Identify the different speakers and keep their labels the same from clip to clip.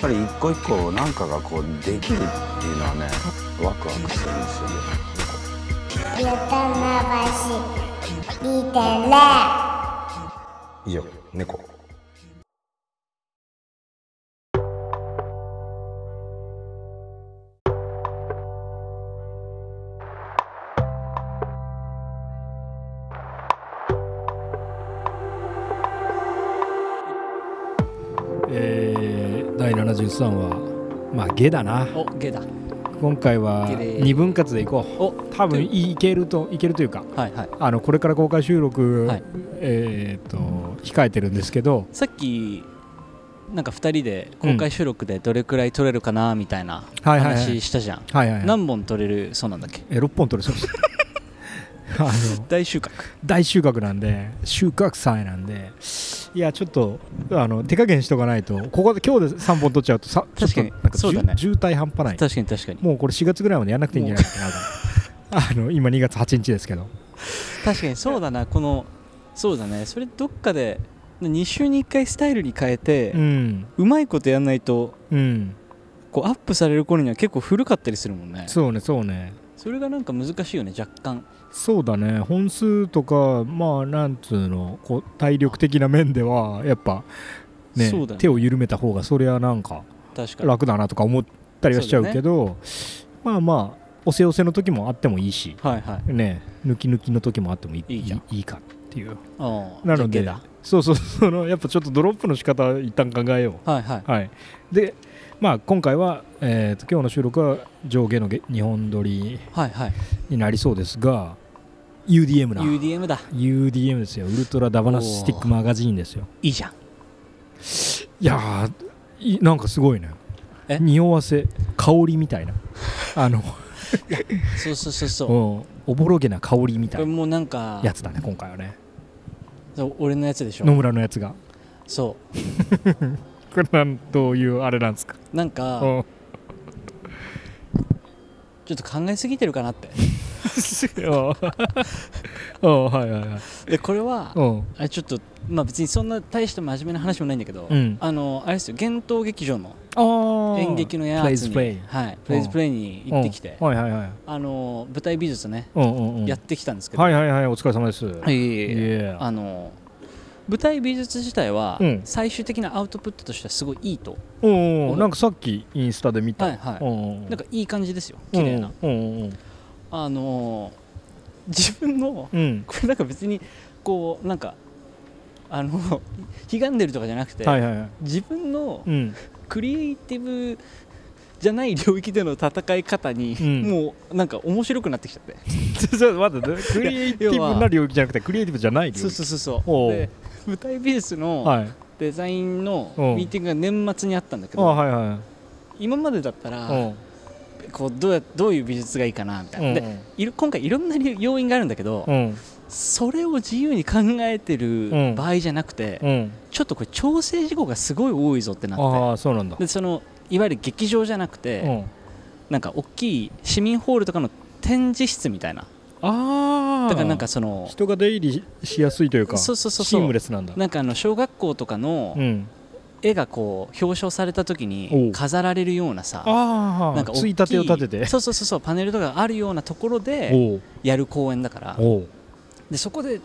Speaker 1: ぱり一個一個なんかがこうできるっていうのはねワクワクするんですよね
Speaker 2: ゆたまばし見てね
Speaker 3: 以上猫
Speaker 4: えー、第73話まあ下だな
Speaker 5: おゲだ
Speaker 4: 今回は
Speaker 5: 下で
Speaker 4: 2分割でいこう
Speaker 5: お
Speaker 4: 多分いいけるといけるというか
Speaker 5: はいはい
Speaker 4: あのこれから公開収録、
Speaker 5: はい
Speaker 4: えー、と控えてるんですけど
Speaker 5: さっきなんか2人で公開収録でどれくらい撮れるかなみたいな
Speaker 4: はいはいはい
Speaker 5: 話したじゃん、
Speaker 4: はいはい、
Speaker 5: 何本撮れるそうなんだっけ
Speaker 4: え6本取れそう ですあの
Speaker 5: 大収穫
Speaker 4: 大収穫なんで収穫祭なんでいやちょっとあの手加減しとかないとここで今日で3本取っちゃうとさちょっと
Speaker 5: 確かに
Speaker 4: なんか
Speaker 5: そうだね
Speaker 4: じゅ渋滞半端ない
Speaker 5: 確かに確かに
Speaker 4: もうこれ4月ぐらいまでやんなくていいんじゃないかな とあの今2月8日ですけど
Speaker 5: 確かにそうだなこのそうだねそれどっかで2週に1回スタイルに変えて、
Speaker 4: う
Speaker 5: うんまいことやんないと
Speaker 4: うん
Speaker 5: こうアップされる頃には結構古かったりするもんねそ
Speaker 4: そうねそうね
Speaker 5: れがなんか難しいよね若干
Speaker 4: そうだね本数とかまあなんつうのこう体力的な面ではやっぱね
Speaker 5: そうだね
Speaker 4: 手を緩めた方がそれはなんか
Speaker 5: 確かに
Speaker 4: 楽だなとか思ったりはしちゃうけどまあまあおせおせの時もあってもいいし
Speaker 5: はいはい
Speaker 4: ね抜き抜きの時もあってもいい
Speaker 5: いいじゃん
Speaker 4: いいいかっていう
Speaker 5: ああ
Speaker 4: なので
Speaker 5: じゃあゲ
Speaker 4: そうそうそのやっぱちょっとドロップの仕方一旦考えよう
Speaker 5: だはいはい
Speaker 4: はい、で、まあ、今回は、えー、と今日の収録は上下のげ日本撮り
Speaker 5: はいはい
Speaker 4: になりそうですが UDM な
Speaker 5: UDM だ
Speaker 4: UDM ですよウルトラダバナススティックマガジンですよ
Speaker 5: いいじゃん
Speaker 4: いやーいなんかすごいね
Speaker 5: え
Speaker 4: 匂わせ香りみたいな あの
Speaker 5: そうそうそうそう
Speaker 4: うんおぼろげな香りみ
Speaker 5: こ
Speaker 4: た
Speaker 5: れ
Speaker 4: いな
Speaker 5: もうなんか
Speaker 4: やつだね今回はね
Speaker 5: そう俺のやつでし
Speaker 4: 野
Speaker 5: ょ
Speaker 4: 村のやつが
Speaker 5: そ
Speaker 4: これなんどういうあれなんですか
Speaker 5: うなん
Speaker 4: う
Speaker 5: か
Speaker 4: ん
Speaker 5: ちょっと考えすぎてるかなって
Speaker 4: うんはいはいはい
Speaker 5: でこれは
Speaker 4: うん
Speaker 5: あちょっとまあ別にそんな大した真面目な話もないんだけど、
Speaker 4: うん
Speaker 5: あのあれですよ幻冬劇場の
Speaker 4: あー
Speaker 5: 演劇のやつに
Speaker 4: プレイズプレイ
Speaker 5: はいプレイズプレイに行ってきて、
Speaker 4: うんはいはいはい
Speaker 5: あの舞台美術ね、
Speaker 4: うんうんうん
Speaker 5: やってきたんですけど、
Speaker 4: はいはいはいお疲れ様です
Speaker 5: いえいえいえ
Speaker 4: いえ
Speaker 5: あの舞台美術自体は
Speaker 4: うん
Speaker 5: 最終的なアウトプットとしてはすごいいいと、
Speaker 4: うんう
Speaker 5: お
Speaker 4: んなんかさっきインスタで見た
Speaker 5: はいはい
Speaker 4: うん
Speaker 5: なん
Speaker 4: か
Speaker 5: かいい感じですよ綺麗な、
Speaker 4: うんうんうん
Speaker 5: あの自分の
Speaker 4: うん
Speaker 5: これなんか別にこうなんかあの 悲願でるとかじゃなくて、
Speaker 4: はいはいはい
Speaker 5: 自分の
Speaker 4: うん
Speaker 5: クリエイティブじゃない領域での戦い方に、
Speaker 4: うん
Speaker 5: もうなんか面白くなってきち ゃって
Speaker 4: ちょっと待ってクリエイティブな領域じゃなくてクリエイティブじゃない領域
Speaker 5: そうそうそうそ
Speaker 4: お
Speaker 5: う
Speaker 4: う
Speaker 5: で舞台美術の
Speaker 4: はい
Speaker 5: デザインの
Speaker 4: うん
Speaker 5: ミーティングが年末にあったんだけ
Speaker 4: あ
Speaker 5: ど、
Speaker 4: はいはい
Speaker 5: 今までだった
Speaker 4: う
Speaker 5: ら
Speaker 4: ん
Speaker 5: こうどうやどういう美術がいいかなみたいな、
Speaker 4: うん
Speaker 5: でいろ今回いろんな理要因があるんだけど、
Speaker 4: うん
Speaker 5: それを自由に考えて
Speaker 4: う
Speaker 5: る
Speaker 4: ん
Speaker 5: 場合じゃなくて、
Speaker 4: うん
Speaker 5: ちょっとこれ調整事項がすごい多いぞってなって
Speaker 4: ああそうなんだ
Speaker 5: でそのいわゆる劇場じゃなくて、
Speaker 4: うん
Speaker 5: なんか大きい市民ホールとかの展示室みたいな
Speaker 4: ああ
Speaker 5: だからなんかその
Speaker 4: 人が出入りしやすいというか
Speaker 5: そうそうそうそう
Speaker 4: シームレスなんだ
Speaker 5: なんかあの小学校とかの
Speaker 4: うん
Speaker 5: 絵がこう表彰された時
Speaker 4: お
Speaker 5: に
Speaker 4: う
Speaker 5: 飾られるようなさ
Speaker 4: あ
Speaker 5: な
Speaker 4: あ
Speaker 5: んか大きい
Speaker 4: ついたてを立てて
Speaker 5: そうそうそうそうパネルとかがあるようなところで
Speaker 4: おう
Speaker 5: やる公演だから
Speaker 4: おう
Speaker 5: でそこで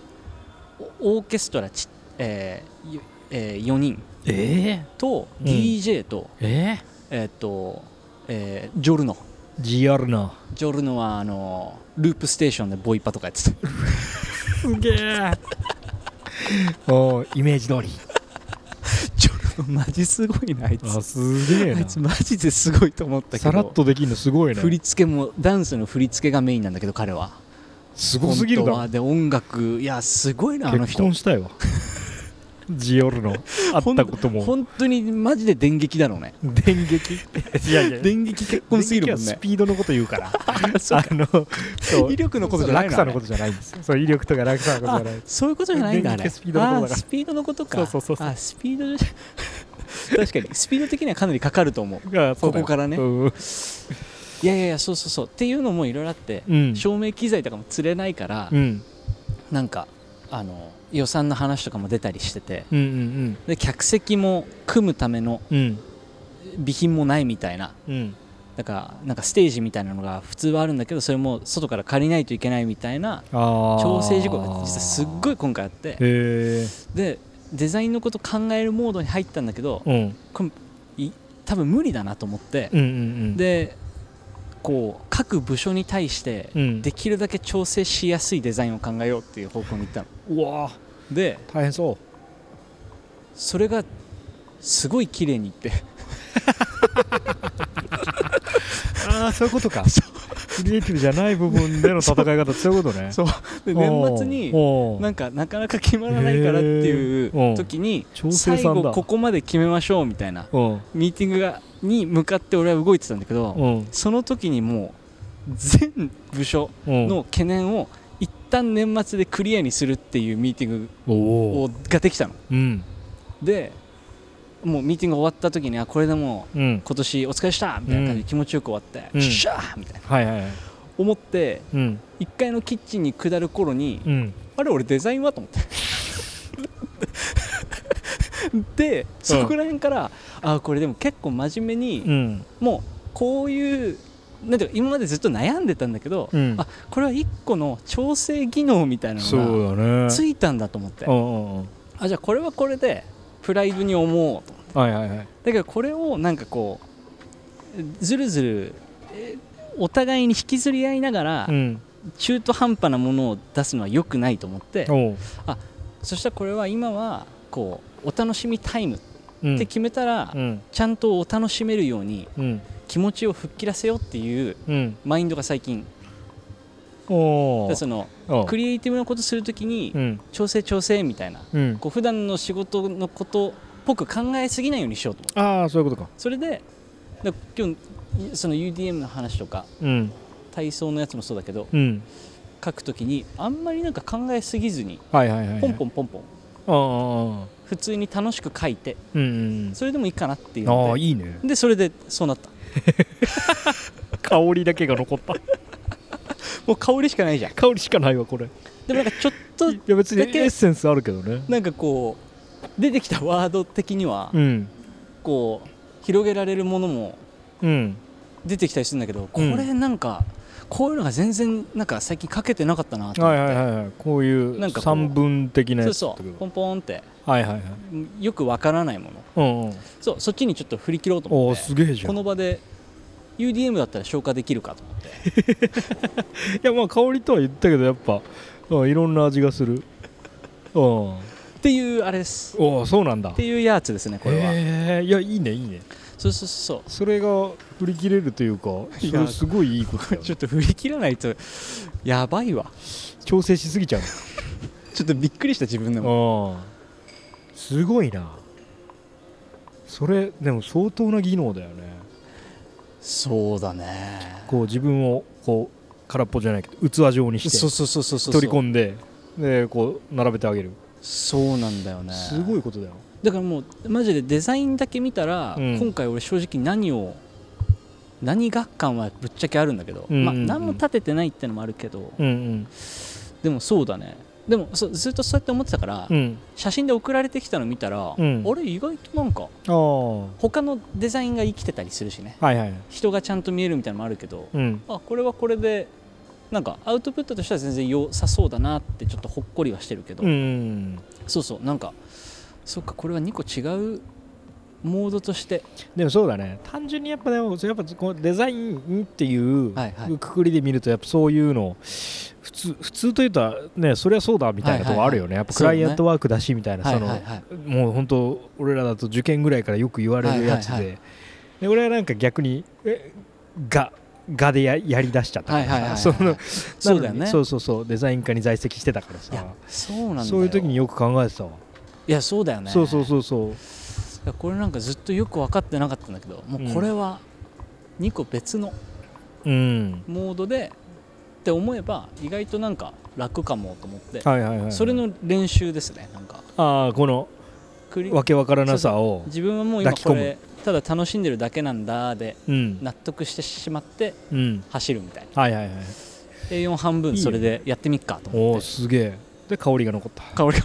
Speaker 5: おオーケストラち、えーよえ4人
Speaker 4: え
Speaker 5: と
Speaker 4: うん
Speaker 5: DJ と、
Speaker 4: ええ
Speaker 5: えーっと、えージョルノ
Speaker 4: えジアルナ
Speaker 5: ジョルノはあのループステーションでボイパとかやってた
Speaker 4: すげえ おーイメージ通り
Speaker 5: ジョルノマジすごいなあいつ
Speaker 4: あすげえ
Speaker 5: あい
Speaker 4: な
Speaker 5: つマジですごいと思ったけ
Speaker 4: さ
Speaker 5: ど
Speaker 4: らっとできるのすごいね
Speaker 5: 振り付けもダンスの振り付けがメインなんだけど彼は
Speaker 4: すごすぎる
Speaker 5: 本当は
Speaker 4: だ
Speaker 5: で音楽いやすごいなあの
Speaker 4: 結
Speaker 5: 人
Speaker 4: 婚した いわジオルの会ったことも
Speaker 5: 本当にマジで電撃だろうね
Speaker 4: 電撃いやいや
Speaker 5: 電撃結婚すぎるもん
Speaker 4: 電撃はス
Speaker 5: ね
Speaker 4: ピードのこと言う から
Speaker 5: そう
Speaker 4: あのそう
Speaker 5: 威力のことじゃないの
Speaker 4: そう落差のことじゃないんですよそう威力とか落差の ことじゃない
Speaker 5: そういうことじゃないんだあ
Speaker 4: 電
Speaker 5: れ
Speaker 4: 撃スピードのことだから
Speaker 5: あースピードのことか
Speaker 4: そうそうそうそう
Speaker 5: あスピードじゃ 確かにスピード的にはかなりかかると思う
Speaker 4: が そうだよ
Speaker 5: ここからね
Speaker 4: うん
Speaker 5: いやいやいやそうそうそうっていうのもいろいろあって、
Speaker 4: うん
Speaker 5: 照明機材とかも釣れないから、
Speaker 4: うん
Speaker 5: なんかあの予算の話とかも出たりしてて
Speaker 4: うんうん
Speaker 5: で客席も組むための
Speaker 4: うん
Speaker 5: 備品もないみたいな
Speaker 4: うん
Speaker 5: だからなんかステージみたいなのが普通はあるんだけどそれも外から借りないといけないみたいな
Speaker 4: あー
Speaker 5: 調整事項が実はすっごい今回あって
Speaker 4: へえ
Speaker 5: でデザインのこと考えるモードに入ったんだけど
Speaker 4: うんうん
Speaker 5: これい多分無理だなと思って
Speaker 4: うんうん
Speaker 5: でこう各部署に対して
Speaker 4: うん
Speaker 5: できるだけ調整しやすいデザインを考えようっていう方向に行ったの
Speaker 4: うわー
Speaker 5: で
Speaker 4: 大変 そう
Speaker 5: それがすごい綺麗にいって
Speaker 4: ああそういうことかクリエイティブじゃない部分での戦い方そういうこと ね
Speaker 5: そうで年末に
Speaker 4: おーおー
Speaker 5: なんかなかなか決まらないからってい
Speaker 4: へーう
Speaker 5: うん時に
Speaker 4: 調整
Speaker 5: 最
Speaker 4: さん
Speaker 5: 後
Speaker 4: だ
Speaker 5: ここまで決めましょうみたいな
Speaker 4: うん
Speaker 5: ミーティングがに向かって俺は動いてたんだけど
Speaker 4: うん
Speaker 5: その時にもう全部署
Speaker 4: うん
Speaker 5: の懸念を一旦年末でクリアにするっていうミーティン
Speaker 4: お
Speaker 5: グ
Speaker 4: お
Speaker 5: をができたの
Speaker 4: うん
Speaker 5: でもうミーティング終わった時にあこれでもう
Speaker 4: うん
Speaker 5: 今年お疲れしたみたいな感じで気持ちよく終わって、
Speaker 4: うん
Speaker 5: よっしゃーみたいな
Speaker 4: はいはいはい
Speaker 5: 思って
Speaker 4: うん
Speaker 5: 1階のキッチンに下る頃に、
Speaker 4: うん
Speaker 5: あれ俺デザインはと思ってでそこら辺から、あこれでも結構真面目に、
Speaker 4: うん
Speaker 5: もうこういうなんていうか今までずっと悩んでたんだけど、
Speaker 4: うん
Speaker 5: あこれは1個の調整技能みたいなの
Speaker 4: そうだね
Speaker 5: がついたんだと思って、
Speaker 4: うんうんうん
Speaker 5: あじゃあこれはこれでプライドに思おうと思って
Speaker 4: はいはいはい
Speaker 5: だけどこれをなんかこうずるずるえーお互いに引きずり合いながら
Speaker 4: うん
Speaker 5: 中途半端なものを出すのは良くないと思って、
Speaker 4: おう
Speaker 5: そしたらこれは今はこうお楽しみタイムっ
Speaker 4: うん
Speaker 5: て決めたら、
Speaker 4: うん
Speaker 5: ちゃんとお楽しめるように
Speaker 4: うん
Speaker 5: 気持ちを吹っ切らせようっていう
Speaker 4: うん
Speaker 5: マインドが最近だ
Speaker 4: お
Speaker 5: か
Speaker 4: お
Speaker 5: らその
Speaker 4: おう
Speaker 5: クリエイティブなことするときに
Speaker 4: うん
Speaker 5: 調整調整みたいな
Speaker 4: うん
Speaker 5: こう普段の仕事のことっぽく考えすぎないようにしようと思う
Speaker 4: ああそういうことか
Speaker 5: それでだから今日その UDM の話とか
Speaker 4: うん
Speaker 5: 体操のやつもそうだけど
Speaker 4: うん
Speaker 5: 書くときにあんまりなんか考えすぎずに
Speaker 4: はいはいはいはい
Speaker 5: ポンポンポンポン
Speaker 4: ああああ
Speaker 5: 普通に楽しく書いて
Speaker 4: うんうん
Speaker 5: それでもいいかなっていう
Speaker 4: うんあ
Speaker 5: の
Speaker 4: あ
Speaker 5: で
Speaker 4: いいね
Speaker 5: でそれでそうなった
Speaker 4: 香りだけが残った
Speaker 5: もう香りしかないじゃん
Speaker 4: 香りしかないわこれ
Speaker 5: でもなんかちょっと
Speaker 4: いや別にエ
Speaker 5: だけ
Speaker 4: ッセンスあるけどね
Speaker 5: なんかこう出てきたワード的には
Speaker 4: うん
Speaker 5: こう広げられるものも
Speaker 4: うん
Speaker 5: 出てきたりするんだけどこ
Speaker 4: うん
Speaker 5: れなんかこういうのが全然なんか最近かけてなかったなと思っ
Speaker 4: は
Speaker 5: て
Speaker 4: いはいはいはいこうい
Speaker 5: なん
Speaker 4: う
Speaker 5: かこう
Speaker 4: 三文的な
Speaker 5: そ
Speaker 4: や
Speaker 5: う
Speaker 4: つ
Speaker 5: そうポンポンって
Speaker 4: はいはいはい
Speaker 5: よくわからないもの
Speaker 4: うんうん
Speaker 5: そうそっちにちょっと振り切ろうと
Speaker 4: お
Speaker 5: 思
Speaker 4: お
Speaker 5: って
Speaker 4: すげえじゃ
Speaker 5: こ
Speaker 4: んい
Speaker 5: の場で UDM だったら消化できるかと思って
Speaker 4: やまあ香りとは言ったけどやっぱうんいろんな味がするうんお
Speaker 5: っていうあれです
Speaker 4: おそうなんだ
Speaker 5: っていうやつですねこれは
Speaker 4: へえいやいいねいいね
Speaker 5: そうそうそう
Speaker 4: それが売り切れるというかそ
Speaker 5: いや
Speaker 4: れすごいいいことだよ
Speaker 5: ち
Speaker 4: ね
Speaker 5: ょっと振り切らないとやばいわ
Speaker 4: 調整しすぎちゃう
Speaker 5: ちょっとびっくりした自分でも
Speaker 4: ああすごいなそれでも相当な技能だよね
Speaker 5: そうだね
Speaker 4: こう自分をこう空っぽじゃないけど器状にして
Speaker 5: そうそうそうそうそう
Speaker 4: 取り込んででこう並べてあげる
Speaker 5: そうなんだよね
Speaker 4: すごいことだよ
Speaker 5: だからもうマジでデザインだけ見たら、
Speaker 4: うん
Speaker 5: 今回俺正直何を何学感はぶっちゃけあるんだけど、
Speaker 4: うんうんうん
Speaker 5: まあ、何も立ててないってのもあるけど、
Speaker 4: うん
Speaker 5: でもそうだねでもそうずっとそうやって思ってたから、
Speaker 4: うん
Speaker 5: 写真で送られてきたの見たら、
Speaker 4: うん
Speaker 5: あれ意外となんか
Speaker 4: ああは
Speaker 5: 他のデザインが生きてたりするしね
Speaker 4: いはい
Speaker 5: 人がちゃんと見えるみたいなのもあるけど、
Speaker 4: うん
Speaker 5: あこれはこれでなんかアウトプットとしては全然良さそうだなってちょっとほっこりはしてるけど、
Speaker 4: うん
Speaker 5: そうそうなんかそっかこれは2個違うモードとして
Speaker 4: でもそうだね単純にやっぱでもやっぱこうデザインっていう
Speaker 5: はいはい
Speaker 4: くくりで見るとやっぱそういうの普通普通というとねそりゃそうだみたいなとこあるよねやっぱクライアントワークだしみたいなその
Speaker 5: はい
Speaker 4: もう本当俺らだと受験ぐらいからよく言われるやつで,、
Speaker 5: はいはいは
Speaker 4: で俺はなんか逆にえががでややりだしちゃったからさ、
Speaker 5: はいはいはいはい
Speaker 4: その
Speaker 5: そうだよね
Speaker 4: なのにそうそうそうデザイン科に在籍してたから
Speaker 5: いや
Speaker 4: さ
Speaker 5: そうなんだよ
Speaker 4: そういう時によく考えてたわ、
Speaker 5: いやそうだよね
Speaker 4: そうそう
Speaker 5: う
Speaker 4: そうそう
Speaker 5: これなんかずっとよく分かってなかったんだけどもうこれは2個別の
Speaker 4: うん
Speaker 5: モードでって思えば意外となんか楽かもと思って、
Speaker 4: はいはいはい
Speaker 5: それの練習ですねなんか
Speaker 4: ああこの
Speaker 5: クリ
Speaker 4: わけわからなさを
Speaker 5: 自分はもう今
Speaker 4: 抱き込
Speaker 5: こ
Speaker 4: む
Speaker 5: れただ楽しんでるだけなんだで
Speaker 4: うん
Speaker 5: 納得してしまって
Speaker 4: うん
Speaker 5: 走るみたいな
Speaker 4: はいはいはい
Speaker 5: A4 半分それでやってみっかと
Speaker 4: お
Speaker 5: 思
Speaker 4: お
Speaker 5: って
Speaker 4: すげえで香りが残った
Speaker 5: 香りが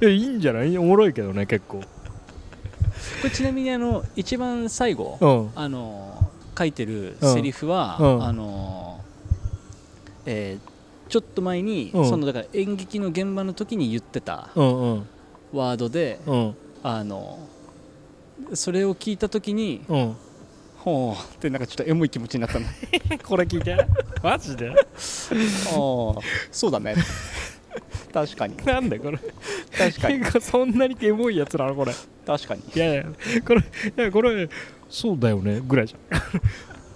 Speaker 4: いやいいんじゃないおもろいけどね結構
Speaker 5: れちなみにあの一番最後、
Speaker 4: うん
Speaker 5: あの書いてるセリフは、
Speaker 4: うん
Speaker 5: あのえーちょっと前に、
Speaker 4: うん
Speaker 5: そのだから演劇の現場の時に言ってた
Speaker 4: うんうん
Speaker 5: ワードで、
Speaker 4: うん
Speaker 5: あのそれを聞いた時に、
Speaker 4: うん
Speaker 5: ほうってなんかちょっとエモい気持ちになったんだ
Speaker 4: これ聞いてマジで
Speaker 5: そうだね確かに
Speaker 4: なんだこれ
Speaker 5: 確かに
Speaker 4: 結構そんなにエモいやつなのこれ
Speaker 5: 確かに
Speaker 4: いやいやこれいやこれそうだよねぐらいじゃ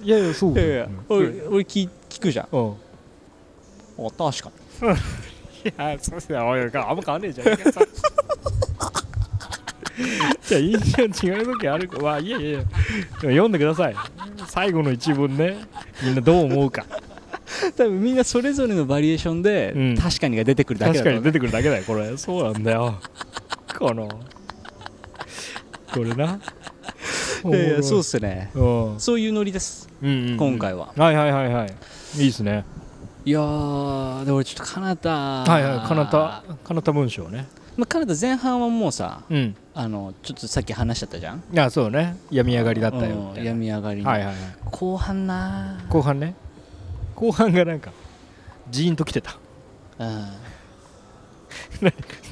Speaker 4: ん いやいやそう
Speaker 5: い
Speaker 4: だ
Speaker 5: やい
Speaker 4: よ
Speaker 5: や
Speaker 4: ね
Speaker 5: 俺俺聞聞くじゃん
Speaker 4: うん
Speaker 5: お確かに
Speaker 4: いや、そうですね。おいおいあんま変わんねえじゃん。 じゃあ、印象違う時あるか。まあ、いやいやいや。でも読んでください。最後の一文ね。みんなどう思うか。
Speaker 5: 多分みんなそれぞれのバリエーションで、
Speaker 4: うん
Speaker 5: 確かにが出てくるだけ
Speaker 4: 確か
Speaker 5: だと思
Speaker 4: に
Speaker 5: う
Speaker 4: 出てくるだけだよ、これ。そうなんだよ。この。これな。
Speaker 5: いやいやそうっ
Speaker 4: す。
Speaker 5: すね
Speaker 4: うん
Speaker 5: そういうノリです
Speaker 4: うんうん。
Speaker 5: 今。回は、
Speaker 4: はいはいはいはい。いいですね。
Speaker 5: いやーでも俺ちょっとカナダ
Speaker 4: はいはい。かなた、かなた文章ね。
Speaker 5: まあ、カナダ前半はもうさ
Speaker 4: うん。
Speaker 5: あのちょっとさっき話しちゃったじゃん
Speaker 4: あ、そうね。病み上がりだったよみた
Speaker 5: うん
Speaker 4: いな。
Speaker 5: 病み上がりの、
Speaker 4: はいはいはい。
Speaker 5: 後半なー
Speaker 4: 後半ね後半がなんかジーンときてた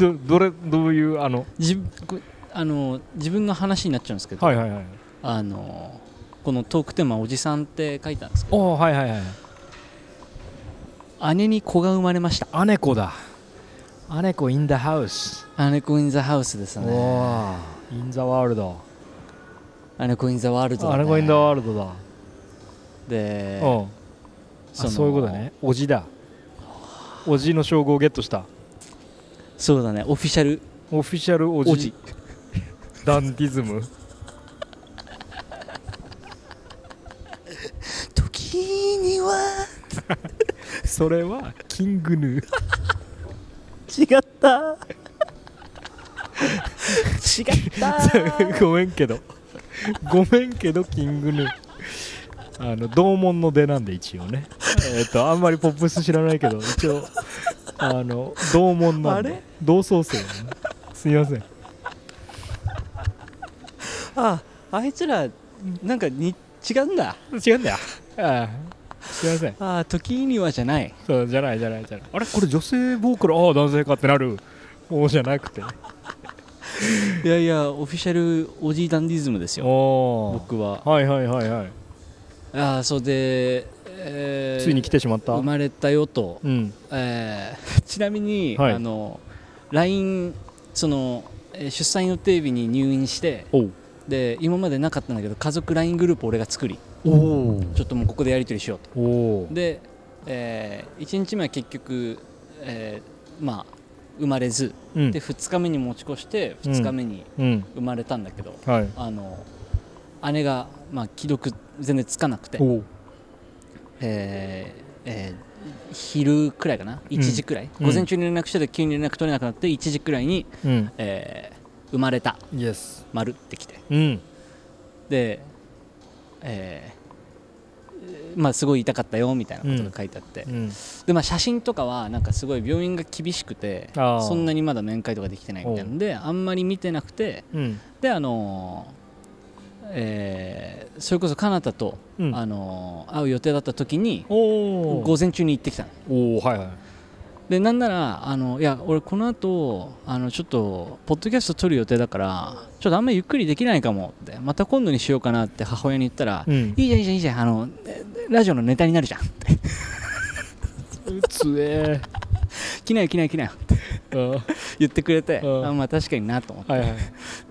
Speaker 5: うん
Speaker 4: どどれどういうあの
Speaker 5: じこあの自分の話になっちゃうんですけど、
Speaker 4: はいはいはい
Speaker 5: あのこのトークテーマ「おじさん」って書いたんですけど
Speaker 4: おおはいはいはい
Speaker 5: 姉に子が生まれました
Speaker 4: 姉子だ姉子 in the house
Speaker 5: 姉子インザハウスです
Speaker 4: お
Speaker 5: ね
Speaker 4: お in the world
Speaker 5: 姉子インザワールドだ、ね、
Speaker 4: 姉子 in the world だ
Speaker 5: で
Speaker 4: うんあ
Speaker 5: の
Speaker 4: そういうことねおじだおじの称号をゲットした
Speaker 5: そうだねオフィシャル
Speaker 4: オフィシャルおじ
Speaker 5: おじ
Speaker 4: ダンディズム
Speaker 5: 時には
Speaker 4: それはキングヌー
Speaker 5: 違った違っ た
Speaker 4: ごめんけどごめんけどキングヌーあの同門の出なんで一応ねえっ、とあんまりポップス知らないけど一応あの同門なん
Speaker 5: あれ
Speaker 4: で同窓生なんですいません
Speaker 5: ああいつらなんかに違うんだ
Speaker 4: 違うんだよああすいません
Speaker 5: あ時にはじゃない
Speaker 4: そうじゃないじゃないじゃないあれこれ女性ボーカルああ男性かってなるもうじゃなくて
Speaker 5: いやいやオフィシャルおじいダンディズムですよ
Speaker 4: お
Speaker 5: 僕は
Speaker 4: はいはいはいはい
Speaker 5: ああそうで、えー
Speaker 4: ついに来てしまった
Speaker 5: 生
Speaker 4: う
Speaker 5: まれたよと、
Speaker 4: ん
Speaker 5: えー ちなみに、
Speaker 4: はい
Speaker 5: あの LINE そのえー出産予定日に入院して
Speaker 4: おう
Speaker 5: で今までなかったんだけど家族 LINE グループを俺が作り
Speaker 4: おお
Speaker 5: ちょっともうここでやり取りしよう
Speaker 4: おお
Speaker 5: とで、え1日目は結局、えーまあ生まれず、
Speaker 4: うん
Speaker 5: で2日目に持ち越して
Speaker 4: うん
Speaker 5: 2日目に
Speaker 4: うん
Speaker 5: 生まれたんだけど、
Speaker 4: はい
Speaker 5: あの姉が、まあ、既読全然つかなくて
Speaker 4: お、う
Speaker 5: えーえー昼くらいかな1時くらい、
Speaker 4: うん
Speaker 5: 午前中に連絡してて急に連絡取れなくなって1時くらいに、
Speaker 4: うん
Speaker 5: えー生まれた
Speaker 4: イエス
Speaker 5: 丸ってきて
Speaker 4: うん
Speaker 5: で、えーまあ、すごい痛かったよみたいなことが書いてあって、
Speaker 4: うん
Speaker 5: でまあ、写真とかはなんかすごい病院が厳しくて
Speaker 4: あー
Speaker 5: そんなにまだ面会とかできてないみたいなのであんまり見てなくて
Speaker 4: うん
Speaker 5: であのーえーそれこそかなたと、
Speaker 4: うん
Speaker 5: あのー会う予定だった時に
Speaker 4: お
Speaker 5: 午前中に行ってきたの
Speaker 4: おはいはい
Speaker 5: でなんならあのいや俺この後あのちょっとポッドキャスト撮る予定だからちょっとあんまりゆっくりできないかもってまた今度にしようかなって母親に言ったら、
Speaker 4: うん
Speaker 5: いいじゃんいいじゃんいいじゃんあのえラジオのネタになるじゃんって
Speaker 4: つえ
Speaker 5: 来なよ来なよ来なよって
Speaker 4: ーあ
Speaker 5: 言ってくれて、
Speaker 4: うん
Speaker 5: あまあ確かになと思って、
Speaker 4: はいはい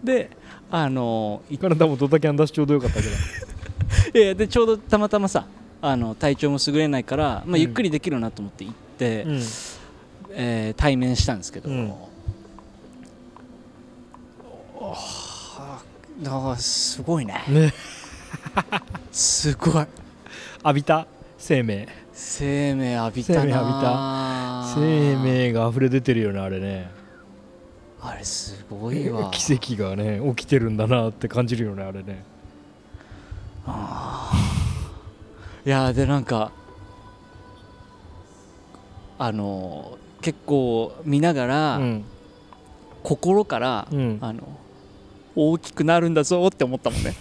Speaker 5: であのい
Speaker 4: 体もドタキャン出しちょうどよかったけど
Speaker 5: いやでちょうどたまたまさあの体調も優れないから、ま
Speaker 4: ん
Speaker 5: あ、ゆっくりできるなと思って行って、
Speaker 4: ん
Speaker 5: えー対面したんですけど、
Speaker 4: うん
Speaker 5: おーあーすごいね
Speaker 4: ね
Speaker 5: すごい
Speaker 4: 浴びた生命
Speaker 5: 生命浴びたな
Speaker 4: 生命が溢れ出てるよねあれね
Speaker 5: あれすごいわ
Speaker 4: 奇跡がね起きてるんだなって感じるよねあれね
Speaker 5: いやーでなんかあのー結構見ながら、
Speaker 4: うん
Speaker 5: 心から、
Speaker 4: うん
Speaker 5: あの大きくなるんだぞって思ったもんね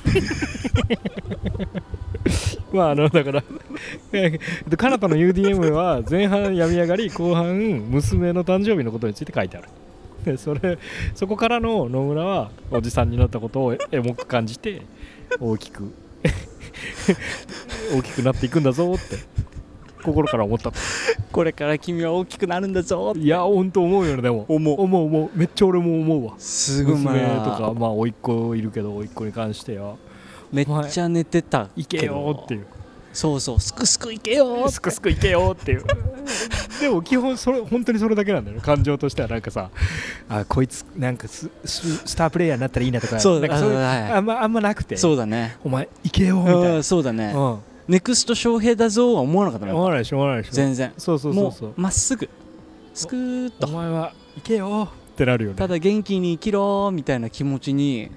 Speaker 4: まああのだから かなたの UDM は前半病み上がり後半娘の誕生日のことについて書いてあるでそれそこからの野村はおじさんになったことをエモく感じて大きく 大きくなっていくんだぞって心から思ったと
Speaker 5: これから君は大きくなるんだぞ
Speaker 4: いやほんと思うよねでも
Speaker 5: 思う
Speaker 4: 思う思うめっちゃ俺も思うわ
Speaker 5: すぐま
Speaker 4: 娘
Speaker 5: あ
Speaker 4: とかまあ甥っ子いるけど甥っ子に関しては
Speaker 5: めっちゃ寝てた
Speaker 4: いけよっていう
Speaker 5: そうそうすくすくいけよ
Speaker 4: すくすくいけよっていう でも基本それ本当にそれだけなんだよね感情としてはなんかさあこいつなんかスススタープレイヤーになったらいいなとか
Speaker 5: そう
Speaker 4: なんかそういう
Speaker 5: あはい
Speaker 4: あんまあんまなくて
Speaker 5: そうだね
Speaker 4: お前いけよみたいな、
Speaker 5: うんそうだね
Speaker 4: うん
Speaker 5: ネクスト翔平だぞは思わなかった
Speaker 4: 思
Speaker 5: の
Speaker 4: わないでしょ思わないでしょ
Speaker 5: 全然
Speaker 4: そうそうそうそう
Speaker 5: もうまっすぐすくーっ
Speaker 4: お
Speaker 5: と
Speaker 4: 前はいけよってなるよね
Speaker 5: ただ元気に生きろーみたいな気持ちに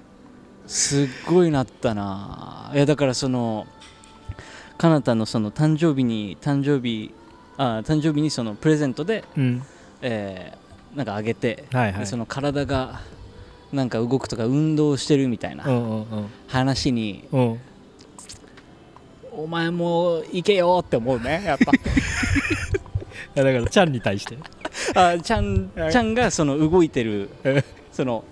Speaker 5: すっごいなったないやだからそのかなたのその誕生日に誕生日あ誕生日にそのプレゼントで、
Speaker 4: うん
Speaker 5: えーなんかあげて、
Speaker 4: はいは
Speaker 5: で
Speaker 4: い
Speaker 5: その体がなんか動くとか運動してるみたいな
Speaker 4: うんうん
Speaker 5: 話に、
Speaker 4: うんうん
Speaker 5: お前も行けよーって思うねやっ
Speaker 4: いやだからちゃんに対して
Speaker 5: ぱあちゃんちゃんがその動いてる
Speaker 4: え
Speaker 5: その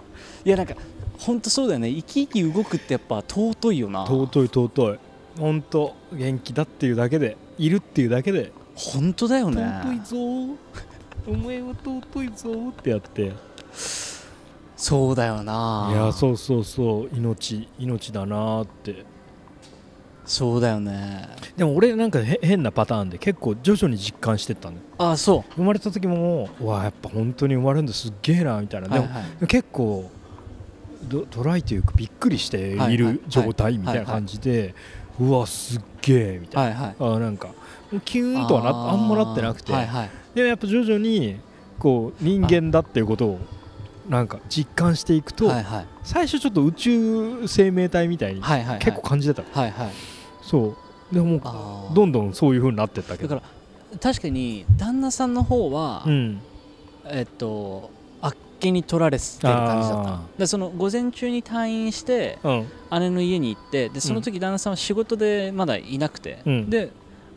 Speaker 5: いやなんか本当そうだよね生き生き動くってやっぱ尊いよな
Speaker 4: 尊い尊い本当元気だっていうだけでいるっていうだけで
Speaker 5: 本当だよね
Speaker 4: 尊いぞーお前は尊いぞーってやって
Speaker 5: そうだよない
Speaker 4: やそうそうそう命命だなーって
Speaker 5: そうだよね
Speaker 4: でも俺なんかへ変なパターンで結構徐々に実感してったんだよ
Speaker 5: あそ
Speaker 4: 生まれた時もうわやっぱ本当に生まれるんだすっげえなみたいな、
Speaker 5: うはい
Speaker 4: でも
Speaker 5: はい
Speaker 4: でも結構ドドライというかびっくりして
Speaker 5: はいはい
Speaker 4: いる状
Speaker 5: は
Speaker 4: 態
Speaker 5: い
Speaker 4: みたいな感じで、うわすっげえみたい
Speaker 5: はいはい
Speaker 4: な、あなんかキューンとはなあんまなってなくて、
Speaker 5: はいはい
Speaker 4: でもやっぱ徐々にこう人間だっていうことをなんか実感していくと、
Speaker 5: はいはい
Speaker 4: 最初ちょっと宇宙生命体みたいに
Speaker 5: はいはいはい
Speaker 4: 結構感じてた、
Speaker 5: はいはい
Speaker 4: そうでもも
Speaker 5: あ
Speaker 4: う
Speaker 5: ー
Speaker 4: どんどんそういう風になってったけ
Speaker 5: だ
Speaker 4: ど
Speaker 5: から確かに旦那さんの方は、
Speaker 4: うん
Speaker 5: えっとあっけに取られてる感じだった
Speaker 4: あ
Speaker 5: でその午前中に退院して
Speaker 4: ーうん
Speaker 5: 姉の家に行ってでその時旦那さんは仕事でまだいなくて、
Speaker 4: うん
Speaker 5: で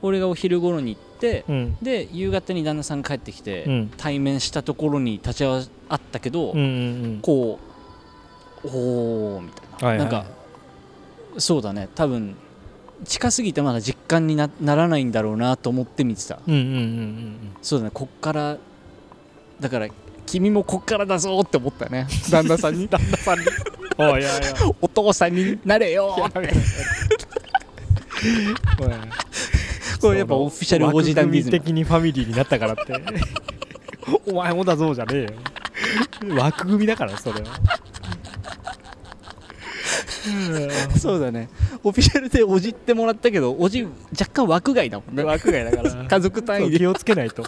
Speaker 5: 俺がお昼頃に行って、
Speaker 4: うん
Speaker 5: で夕方に旦那さんが帰ってきて、
Speaker 4: うん
Speaker 5: 対面したところに立ち会ったけど、
Speaker 4: うんうん
Speaker 5: こうおおみたいな、
Speaker 4: はいはい
Speaker 5: なんかそうだね多分近すぎてまだ実感になならないんだろうなと思って見てた、
Speaker 4: うんうんうんうん
Speaker 5: そうだねこっからだから君もこっからだぞって思ったね旦那 さんに旦那さんに
Speaker 4: うんおいやいや
Speaker 5: お父さんになれよって
Speaker 4: おい
Speaker 5: これやっぱオフィシャルオジダンディズム
Speaker 4: 枠組み的にファミリーになったからって お前もだぞじゃねえよ枠組みだからそれは
Speaker 5: そうだねオフィシャルでおじってもらったけどおじ若干枠外だもんね枠外だから家族単
Speaker 4: そう
Speaker 5: 位で
Speaker 4: 気をつけないと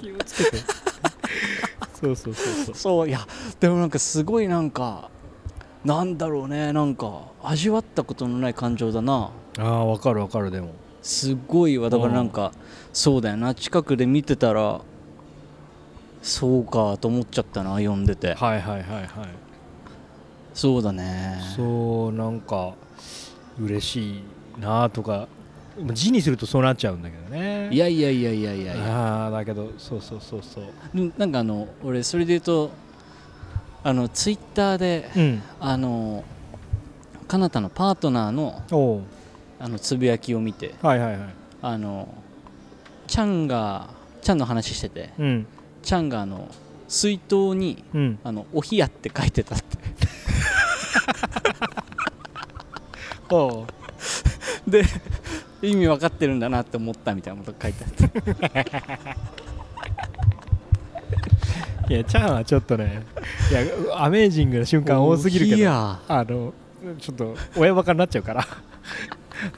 Speaker 4: 気をつけて そうそうそうそう
Speaker 5: そういやでもなんかすごいなんかなんだろうねなんか味わったことのない感情だな
Speaker 4: ああわかるわかるでも
Speaker 5: すごいわだからなんかそうだよな近くで見てたらそうかと思っちゃったな読んでて
Speaker 4: はいはいはいはい
Speaker 5: そうだね
Speaker 4: そうなんか嬉しいなとかまあ字にするとそうなっちゃうんだけどね
Speaker 5: いやいやいやいやいやいや
Speaker 4: ああだけどそうそうそうそう
Speaker 5: でなんかあの俺それで言うとあのツイッターで
Speaker 4: うん
Speaker 5: あのかなたのパートナーの
Speaker 4: おう
Speaker 5: あのつぶやきを見て
Speaker 4: はいはいはい
Speaker 5: あのちゃんがちゃんの話してて
Speaker 4: うん
Speaker 5: ちゃんがあの水筒に
Speaker 4: うん
Speaker 5: あのお冷やって書いてたって
Speaker 4: おう
Speaker 5: で意味分かってるんだなって思ったみたいなこと書いてあって
Speaker 4: いやちゃんはちょっとねいやアメージングな瞬間多すぎるけ
Speaker 5: お冷
Speaker 4: ど
Speaker 5: や
Speaker 4: あのちょっと親バカになっちゃうから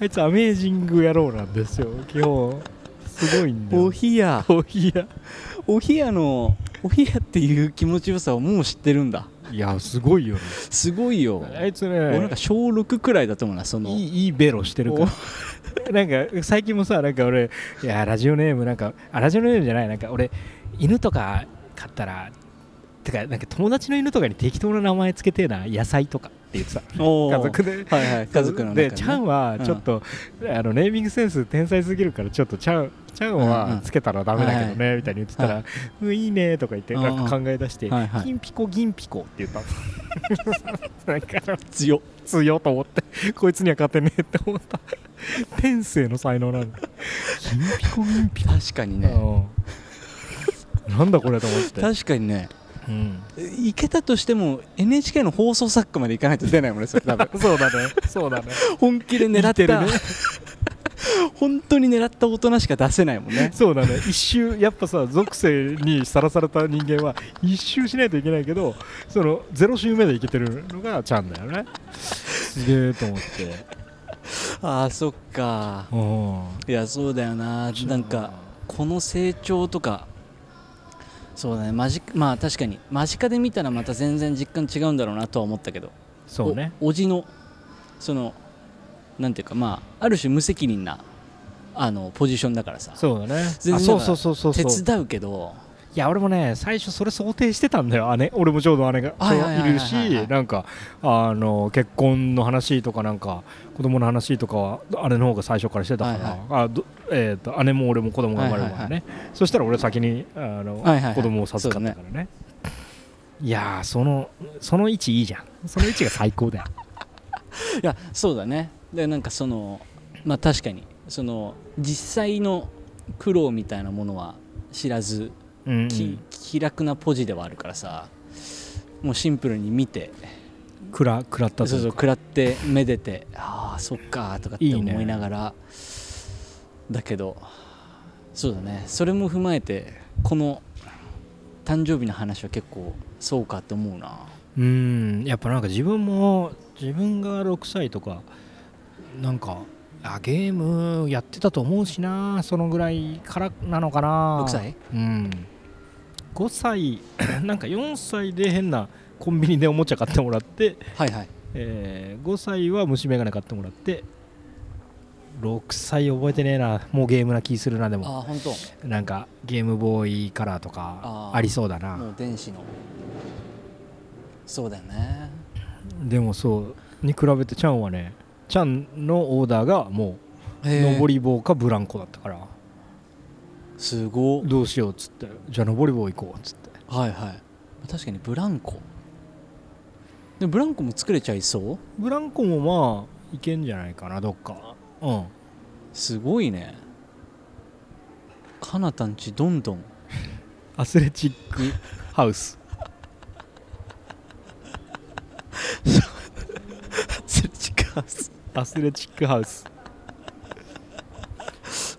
Speaker 4: あいつアメージング野郎なんですよ基本すごいんだよ
Speaker 5: お冷や
Speaker 4: おひや
Speaker 5: お冷やのお冷やっていう気持ちよさをもう知ってるんだ
Speaker 4: いやすごいよね
Speaker 5: すごいよ
Speaker 4: あいつ
Speaker 5: 俺なん
Speaker 4: ね
Speaker 5: か小6くらいだと思うなその
Speaker 4: いいいいベロしてるから なんか最近もさなんか俺いやラジオネームなんかあラジオネームじゃないなんか俺犬とか飼ったらてかなんか友達の犬とかに適当な名前つけてえな野菜とかって言ってた
Speaker 5: おー
Speaker 4: 家族で
Speaker 5: はいはい家族の中
Speaker 4: で
Speaker 5: ね
Speaker 4: チャンはちょっと、あのネーミングセンス天才すぎるからちょっとチャンチャン
Speaker 5: うんうん
Speaker 4: はつけたらダメだけど
Speaker 5: は
Speaker 4: ねみたいに言ってたら「
Speaker 5: は
Speaker 4: うん、いいね」とか言って
Speaker 5: うんうん
Speaker 4: なんか考え出して
Speaker 5: はいはい
Speaker 4: 「銀ピコ銀ピコ」って言 ったのなんか
Speaker 5: 強っ
Speaker 4: 強いと思って こいつには勝てねえって思った 天性の才能なんだ銀ピコ銀ピ
Speaker 5: 確かに
Speaker 4: コ、
Speaker 5: ね
Speaker 4: うんなんだこれと思って、
Speaker 5: 確かにね
Speaker 4: うん
Speaker 5: いけたとしても NHK の放送作家までいかないと出ないもんねそれ多 分
Speaker 4: そうだねそうだね
Speaker 5: 本気で狙
Speaker 4: 似て
Speaker 5: っ
Speaker 4: る
Speaker 5: た、
Speaker 4: ね
Speaker 5: 本当に狙った大人しか出せないもんね
Speaker 4: そうだね一周やっぱさ属性にさらされた人間は一周しないといけないけどその0周目でいけてるのがちゃんだよねすげえと思って
Speaker 5: ああそっか
Speaker 4: う
Speaker 5: いやそうだよななんかこの成長とかそうだね間近まあ確かに間近で見たらまた全然実感違うんだろうなとは思ったけど
Speaker 4: んそうね
Speaker 5: おおじのそのなんていうかまあある種無責任なあのポジションだからさ
Speaker 4: そうだねあ
Speaker 5: 全然
Speaker 4: そうそうそうそう
Speaker 5: 手
Speaker 4: そう
Speaker 5: 伝うけど
Speaker 4: いや俺もね最初それ想定してたんだよ姉俺もちょうど姉が
Speaker 5: はいはいはいはい
Speaker 4: いるしなんかあの結婚の話とかなんか子供の話とかは姉の方が最初からしてたから、
Speaker 5: はい
Speaker 4: あどえー、と姉も俺も子供が生まれるからね、
Speaker 5: はいは
Speaker 4: そしたら俺先にあの、
Speaker 5: はいはいはい
Speaker 4: 子供を授かったからねいやーそのその位置いいじゃんその位置が最高だ よ
Speaker 5: いやそうだねでなんかそのまあ確かにその実際の苦労みたいなものは知らず
Speaker 4: うんうん、
Speaker 5: き気楽なポジではあるからさもうシンプルに見て
Speaker 4: くらくらったと
Speaker 5: そう
Speaker 4: い
Speaker 5: そうう
Speaker 4: か
Speaker 5: 食らってめでてああそっかーとかって
Speaker 4: いいね
Speaker 5: 思いながらだけどそうだねそれも踏まえてこの誕生日の話は結構そうかって思うな
Speaker 4: うんやっぱなんか自分も自分が6歳とかなんかあゲームやってたと思うしなそのぐらいからなのかな
Speaker 5: 6歳
Speaker 4: うん5歳 なんか4歳で変なコンビニでおもちゃ買ってもらって、
Speaker 5: はいはい
Speaker 4: え5歳は虫眼鏡買ってもらって6歳覚えてねえなもうゲームな気するなでも
Speaker 5: ああ本当
Speaker 4: なんかゲームボーイカラーとか
Speaker 5: あー
Speaker 4: ありそうだな
Speaker 5: もう電子のそうだよね
Speaker 4: でもそうに比べてチャンはねチャンのオーダーがもう
Speaker 5: へー
Speaker 4: 登り棒かブランコだったから
Speaker 5: すごっ
Speaker 4: どうしようっつってじゃあ登り棒行こうっつって
Speaker 5: はいはい確かにブランコでブランコも作れちゃいそう
Speaker 4: ブランコもまあいけんじゃないかなどっかうん
Speaker 5: すごいねかなたんちどんどん
Speaker 4: アスレチックハウス アスレチックハウス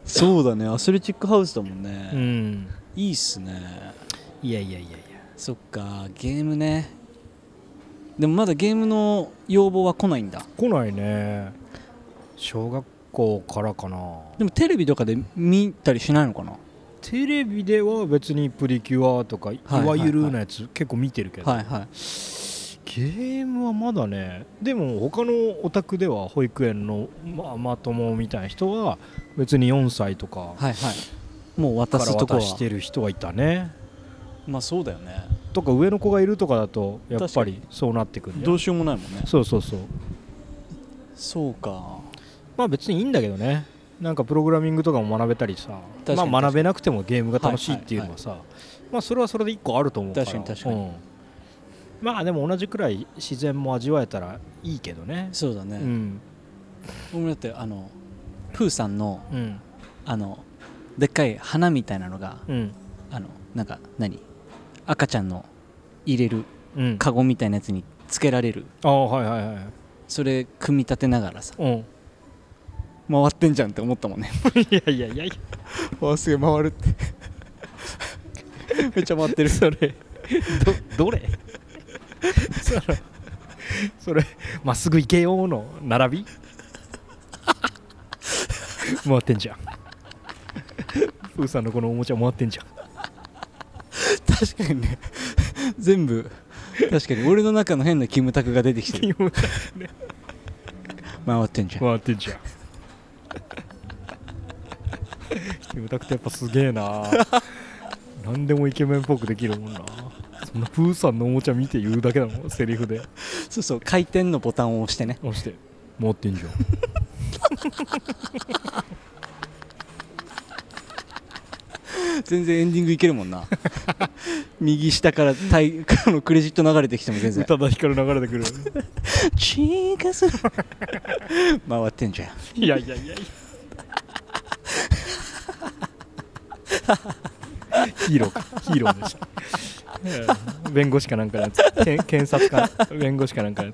Speaker 5: そうだねアスレチックハウスだもん
Speaker 4: う
Speaker 5: ね、
Speaker 4: ん
Speaker 5: いいっすね
Speaker 4: いやいやいやいや
Speaker 5: そっかゲームねでもまだゲームの要望は来ないんだ
Speaker 4: 来ないね小学校からかな
Speaker 5: でもテレビとかで見たりしないのかな
Speaker 4: テレビでは別にプリキュアとかい
Speaker 5: はいは
Speaker 4: わ
Speaker 5: い
Speaker 4: ゆるなやつ結構見てるけど
Speaker 5: はいはい
Speaker 4: ゲームはまだねでも他のお宅では保育園のまあマ友みたいな人は別に4歳とか
Speaker 5: はいはいもう
Speaker 4: か
Speaker 5: 渡
Speaker 4: ら
Speaker 5: すと
Speaker 4: 渡
Speaker 5: こは
Speaker 4: してる人はいたね
Speaker 5: まあそうだよね
Speaker 4: とか上の子がいるとかだとやっぱ
Speaker 5: 確かに
Speaker 4: りそうなってくるんだ
Speaker 5: ど
Speaker 4: よ
Speaker 5: うしようもないもんね
Speaker 4: そうそうそう
Speaker 5: そうか
Speaker 4: まあ別にいいんだけどねなんかプログラミングとかも学べたりさ
Speaker 5: 確かに
Speaker 4: まあ学べなくてもゲームが楽しいっていうのはさ、まあそれはそれで一個あると思うから
Speaker 5: 確かに確か
Speaker 4: う
Speaker 5: に
Speaker 4: んまあでも同じくらい自然も味わえたらいいけどね
Speaker 5: そうだ
Speaker 4: う
Speaker 5: ね、
Speaker 4: ん
Speaker 5: 僕もだってあのプーさんの
Speaker 4: うん
Speaker 5: あのでっかい花みたいなのが
Speaker 4: うん
Speaker 5: あのなんか何赤ちゃんの入れる
Speaker 4: うん
Speaker 5: カゴみたいなやつにつけられる
Speaker 4: ああはいはいはい
Speaker 5: それ組み立てながらさ
Speaker 4: うん
Speaker 5: 回ってんじゃんって思ったもんね
Speaker 4: いやいやいやいや
Speaker 5: わすげえ回るって めっちゃ回ってるそれ
Speaker 4: どどれ それそれまっすぐ行けよーの並び回ってんじゃんプーさんのこのおもちゃ回ってんじゃん
Speaker 5: 確かにね全部確かに俺の中の変なキムタクが出てきてる回ってんじゃん
Speaker 4: 回ってんじゃんキムタクってやっぱすげえな何でもイケメンっぽくできるもんなそんなプーさんのおもちゃ見て言うだけだもんセリフで
Speaker 5: そうそう回転のボタンを押してね
Speaker 4: 押して持ってんじゃん
Speaker 5: 全然エンディングいけるもんな 右下からタイ あのクレジット流れてきても全 然
Speaker 4: 宇多田ヒカル流れてくる
Speaker 5: チーカス回ってんじゃん
Speaker 4: いやいやいやいや ヒーローかヒーローでしたええ弁護士かなんかのやつけん 検察か弁護士かなんかのや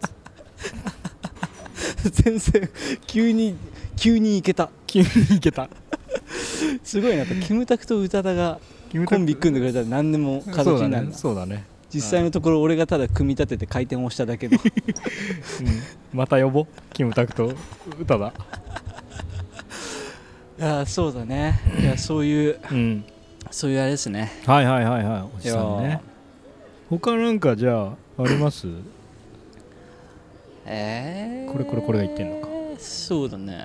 Speaker 4: つ
Speaker 5: 全然急に急にいけた
Speaker 4: 急にいけた
Speaker 5: すごいなやっぱキムタクと宇多田が
Speaker 4: キムタク
Speaker 5: コンビ組んでくれたら何でも形になるな、
Speaker 4: そうだね
Speaker 5: 実際のところ俺がただ組み立てて回転をしただけ の
Speaker 4: そうだね、うん、また呼ぼうキムタクと宇多田
Speaker 5: いやそうだねいやそういう
Speaker 4: うん
Speaker 5: そういうあれですね
Speaker 4: はいはいはいはいおじさん
Speaker 5: い
Speaker 4: ね
Speaker 5: や
Speaker 4: 他なんかじゃああります
Speaker 5: えー、
Speaker 4: これこれこれが言ってんのか
Speaker 5: そうだね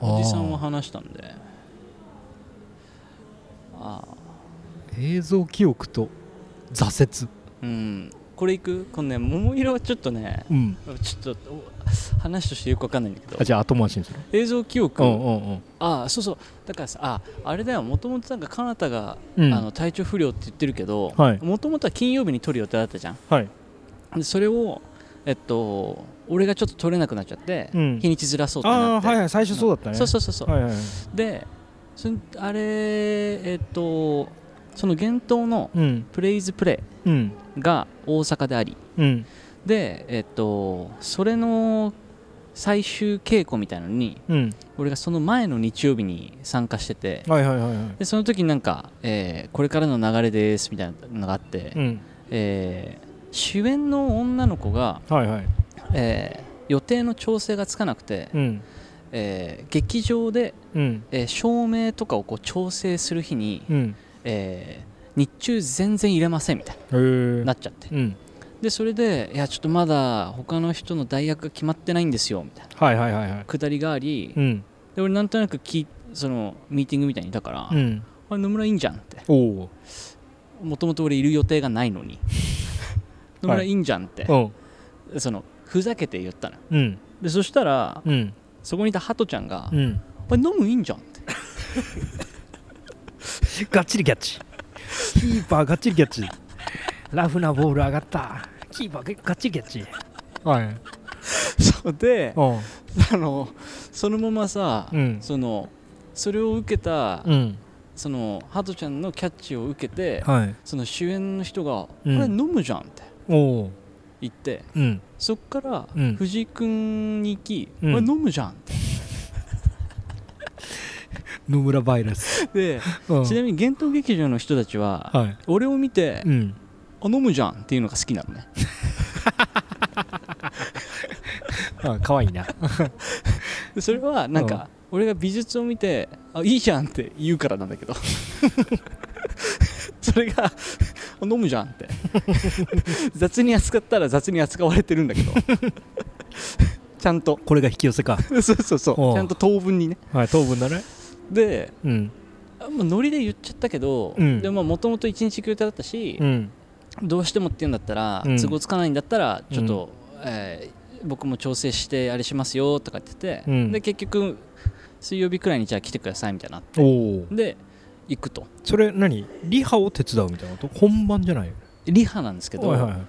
Speaker 4: あー
Speaker 5: おじさんは話したんでああ
Speaker 4: 映像記憶と挫折
Speaker 5: うんこれいくこのね桃色はちょっとね
Speaker 4: うん
Speaker 5: ちょっとお話としてよくわかんないんだけど
Speaker 4: あじゃあ後回しにする
Speaker 5: 映像記憶、
Speaker 4: うんうん
Speaker 5: ああそうそうだからさああれだよもともとなんかかなたが、
Speaker 4: うん
Speaker 5: あの体調不良って言ってるけど
Speaker 4: はい
Speaker 5: もともとは金曜日に撮る予定だったじゃん
Speaker 4: はい
Speaker 5: でそれをえっと俺がちょっと撮れなくなっちゃって、
Speaker 4: うん
Speaker 5: 日にちずらそうって
Speaker 4: あ
Speaker 5: な
Speaker 4: あ
Speaker 5: って
Speaker 4: はいはい最初そうだったね
Speaker 5: そうそうそうそう、
Speaker 4: はいはいはい
Speaker 5: でそんあれえっとその幻冬の
Speaker 4: うん
Speaker 5: プレイズプレ
Speaker 4: うん
Speaker 5: イが大阪であり
Speaker 4: うん
Speaker 5: でえっとそれの最終稽古みたいのに
Speaker 4: うん
Speaker 5: 俺がその前の日曜日に参加してて
Speaker 4: はいはいはいはい
Speaker 5: でその時になんか、えーこれからの流れですみたいなのがあって、
Speaker 4: うん
Speaker 5: えー主演の女の子が、
Speaker 4: はいはい
Speaker 5: えー予定の調整がつかなくて、
Speaker 4: うん
Speaker 5: えー劇場で、
Speaker 4: うん
Speaker 5: えー照明とかをこう調整する日に、
Speaker 4: うん
Speaker 5: えー日中全然入れませんみたい
Speaker 4: へえ
Speaker 5: になっちゃって
Speaker 4: うん
Speaker 5: でそれでいやちょっとまだ他の人の代役が決まってないんですよみたいな
Speaker 4: はいはいはいはい
Speaker 5: くだりがあり、
Speaker 4: うん
Speaker 5: で俺なんとなくきそのミーティングみたいにいたから、
Speaker 4: うん
Speaker 5: あれ野村いいんじゃんって
Speaker 4: おお
Speaker 5: もともと俺いる予定がないの に野村いいんじゃんって、
Speaker 4: うん
Speaker 5: そのふざけて言ったの
Speaker 4: うん
Speaker 5: でそしたら
Speaker 4: うん
Speaker 5: そこにいたハトちゃんが
Speaker 4: うん
Speaker 5: 「これ飲むいいんじゃん」 って
Speaker 4: がっちりキャッチキーパーがっちりキャッチラフなボール上がったキーパーがっちりキャッチはい
Speaker 5: そうで
Speaker 4: うん
Speaker 5: あのそのままさ、
Speaker 4: うん
Speaker 5: そのそれを受けた、
Speaker 4: うん
Speaker 5: そのハトちゃんのキャッチを受けて、
Speaker 4: はい
Speaker 5: その主演の人が「
Speaker 4: うん
Speaker 5: これ飲むじゃん」って
Speaker 4: おお
Speaker 5: 言って
Speaker 4: うん
Speaker 5: そっから
Speaker 4: うん
Speaker 5: 藤井君に行き「こ
Speaker 4: うん
Speaker 5: れ飲むじゃん」って
Speaker 4: 野村バイラス
Speaker 5: で
Speaker 4: うん
Speaker 5: ちなみに幻冬劇場の人たちは、
Speaker 4: はい
Speaker 5: 俺を見て
Speaker 4: う、ん
Speaker 5: あ飲むじゃんっていうのが好きなのね
Speaker 4: あ可愛いな
Speaker 5: でそれはなんか、俺が美術を見てあいいじゃんって言うからなんだ けどそれがあ飲むじゃんって 雑に扱ったら雑に扱われてるんだ けどちゃんと
Speaker 4: これが引き寄せか
Speaker 5: そうそうそ
Speaker 4: おう
Speaker 5: うちゃんと当分にね
Speaker 4: はい糖分だね
Speaker 5: で、
Speaker 4: うん
Speaker 5: あまあ、ノリで言っちゃったけど
Speaker 4: うん
Speaker 5: もともと1日くれてだったし、
Speaker 4: うん
Speaker 5: どうしてもって言うんだったら、
Speaker 4: うん
Speaker 5: 都合つかないんだったらちょっと、えー僕も調整してあれしますよとかって言って、
Speaker 4: うん
Speaker 5: で結局水曜日くらいにじゃあ来てくださいみたいになって
Speaker 4: おお
Speaker 5: で行くと
Speaker 4: それ何リハを手伝うみたいなこと本番じゃないよね
Speaker 5: リハなんですけど、
Speaker 4: はいはいはい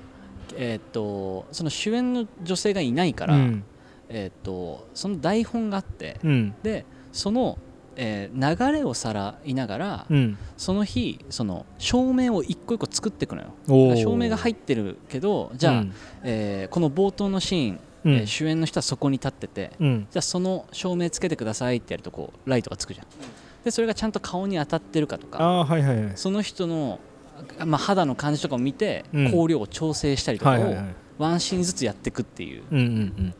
Speaker 5: えーっとその主演の女性がいないから、
Speaker 4: うん
Speaker 5: えーっとその台本があって、
Speaker 4: うん
Speaker 5: でその、えー流れをさらいながら、
Speaker 4: うん
Speaker 5: その日その照明を一個一個作っていくのよ
Speaker 4: お
Speaker 5: 照明が入
Speaker 4: っ
Speaker 5: ってるけどじゃあ、
Speaker 4: うん
Speaker 5: えーこの冒頭のシーン
Speaker 4: うん
Speaker 5: えー主演の人はそこに立ってて、
Speaker 4: うん
Speaker 5: じゃあその照明つけてくださいってやるとこうライトがつくじゃんでそれがちゃんと顔に当たってるかと
Speaker 4: あ
Speaker 5: か
Speaker 4: あはいはいはい
Speaker 5: その人の、あまあ、肌の感じとかを見て、
Speaker 4: うん
Speaker 5: 光量を調整したりと
Speaker 4: は
Speaker 5: か
Speaker 4: い
Speaker 5: を、
Speaker 4: はいはい
Speaker 5: ワンシーンずつやっていくっていう
Speaker 4: うんうん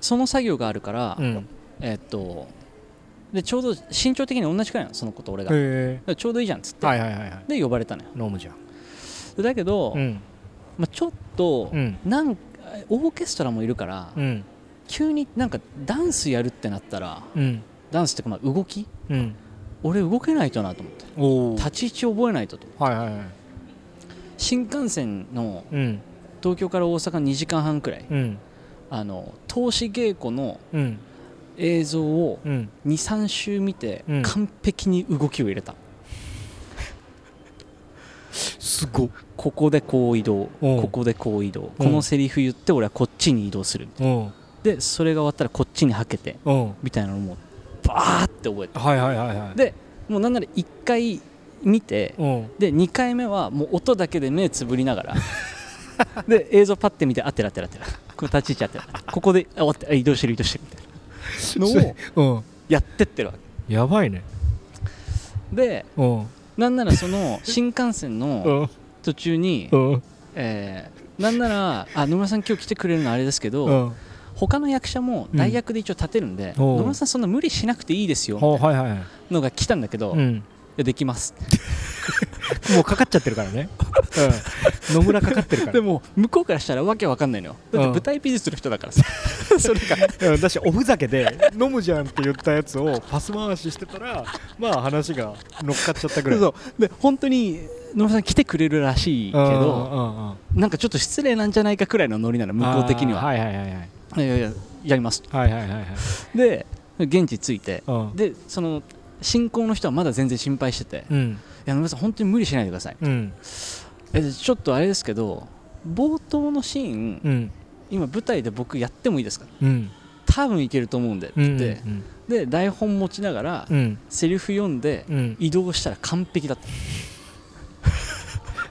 Speaker 5: その作業があるから、
Speaker 4: うんうん
Speaker 5: えーっとでちょうど身長的に同じくらいなのその子と俺が、だか
Speaker 4: へ
Speaker 5: らちょうどいいじゃんっつって、
Speaker 4: えはいはいはいはい
Speaker 5: で呼ばれたのよ
Speaker 4: 飲むじゃん
Speaker 5: だけど、
Speaker 4: うん
Speaker 5: まあ、ちょっと、
Speaker 4: うん
Speaker 5: なんかオーケストラもいるから、
Speaker 4: うん
Speaker 5: 急になんかダンスやるってなったら
Speaker 4: うん
Speaker 5: ダンスっていうかまあ動き
Speaker 4: うん
Speaker 5: 俺動けないとなと思って
Speaker 4: おお
Speaker 5: 立ち位置覚えないとと
Speaker 4: はいはいはい
Speaker 5: し新幹線の
Speaker 4: うん
Speaker 5: 東京から大阪2時間半くらい
Speaker 4: うん
Speaker 5: あの投資稽古の
Speaker 4: うん
Speaker 5: 映像を
Speaker 4: うん
Speaker 5: 23周見て
Speaker 4: うん
Speaker 5: 完璧に動きを入れた、
Speaker 4: すごい
Speaker 5: ここでこう移動
Speaker 4: うん
Speaker 5: ここでこう移動このセリフ言って俺はこっちに移動する
Speaker 4: うん
Speaker 5: でそれが終わったらこっちにはけて
Speaker 4: うん
Speaker 5: みたいなのもバーって覚えて
Speaker 4: はいはいはいはい
Speaker 5: でもうなんなら1回見て
Speaker 4: うん
Speaker 5: で2回目はもう音だけで目つぶりな がらで映像パッて見てあてらあてらあてらこれ立ち位置あてらここであ終わったあ移動してる移動してるみたいなのを
Speaker 4: うん
Speaker 5: やってってるわけ
Speaker 4: やばいね
Speaker 5: で
Speaker 4: うん
Speaker 5: なんなら その新幹線
Speaker 4: う
Speaker 5: の
Speaker 4: ん
Speaker 5: 途中に、
Speaker 4: うん
Speaker 5: えーなんならあ野村さん今日来てくれるのあれですけど、
Speaker 4: うん
Speaker 5: 他の役者も代役で一応立てるんで、
Speaker 4: うんおう
Speaker 5: 野村さんそんな無理しなくていいですよみ
Speaker 4: ほう
Speaker 5: た
Speaker 4: は
Speaker 5: い
Speaker 4: いはいはい
Speaker 5: なのが来たんだけど、
Speaker 4: う
Speaker 5: い
Speaker 4: ん
Speaker 5: やできます
Speaker 4: もうかかっちゃってるからねうん野村かかってるか
Speaker 5: でも向こうからしたらわけわかんないのよだって
Speaker 4: うん
Speaker 5: 舞台美術の人 だからさそれから
Speaker 4: らうんだしおふざけで飲むじゃんって言ったやつをパス回ししてたらまあ話が乗っかっちゃったぐらい
Speaker 5: そうで本当に野村さん来てくれるらしいけ
Speaker 4: うんうん
Speaker 5: ど
Speaker 4: うんうん
Speaker 5: なんかちょっと失礼なんじゃないかくらいのノリなの向こう的には、
Speaker 4: あーはいはいはいはい
Speaker 5: い、やいややりますと
Speaker 4: はいはいはいはい
Speaker 5: で現地着いて
Speaker 4: うん
Speaker 5: でその進行の人はまだ全然心配してて「
Speaker 4: う
Speaker 5: い
Speaker 4: ん
Speaker 5: や野村さん本当に無理しないでください
Speaker 4: うん」
Speaker 5: えちょっとあれですけど冒頭のシーン、
Speaker 4: うん
Speaker 5: 今舞台で僕やってもいいですか
Speaker 4: うん
Speaker 5: 多分いけると思うんで」って
Speaker 4: う
Speaker 5: 言
Speaker 4: ん
Speaker 5: って、で台本持ちながら、
Speaker 4: うん
Speaker 5: セリフ読んで、
Speaker 4: うん
Speaker 5: 移動したら完璧だった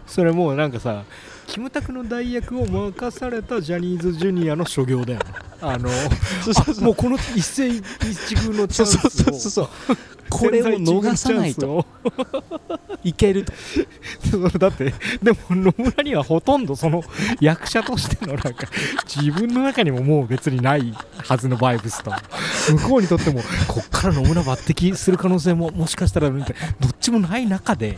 Speaker 4: それもうなんかさキムタクの代役を任されたジャニーズジュニアの所業だよねあのあもうこの一世一遇のチャ
Speaker 5: そう
Speaker 4: ンス
Speaker 5: そ
Speaker 4: を
Speaker 5: うそうそうそうこれを逃さな いと
Speaker 4: と
Speaker 5: いけると
Speaker 4: だってでも野村にはほとんどその役者としてのなんか自分の中にももう別にないはずのバイブスと向こうにとってもこっから野村抜擢する可能性ももしかしたらあるみたいなどっちもない中で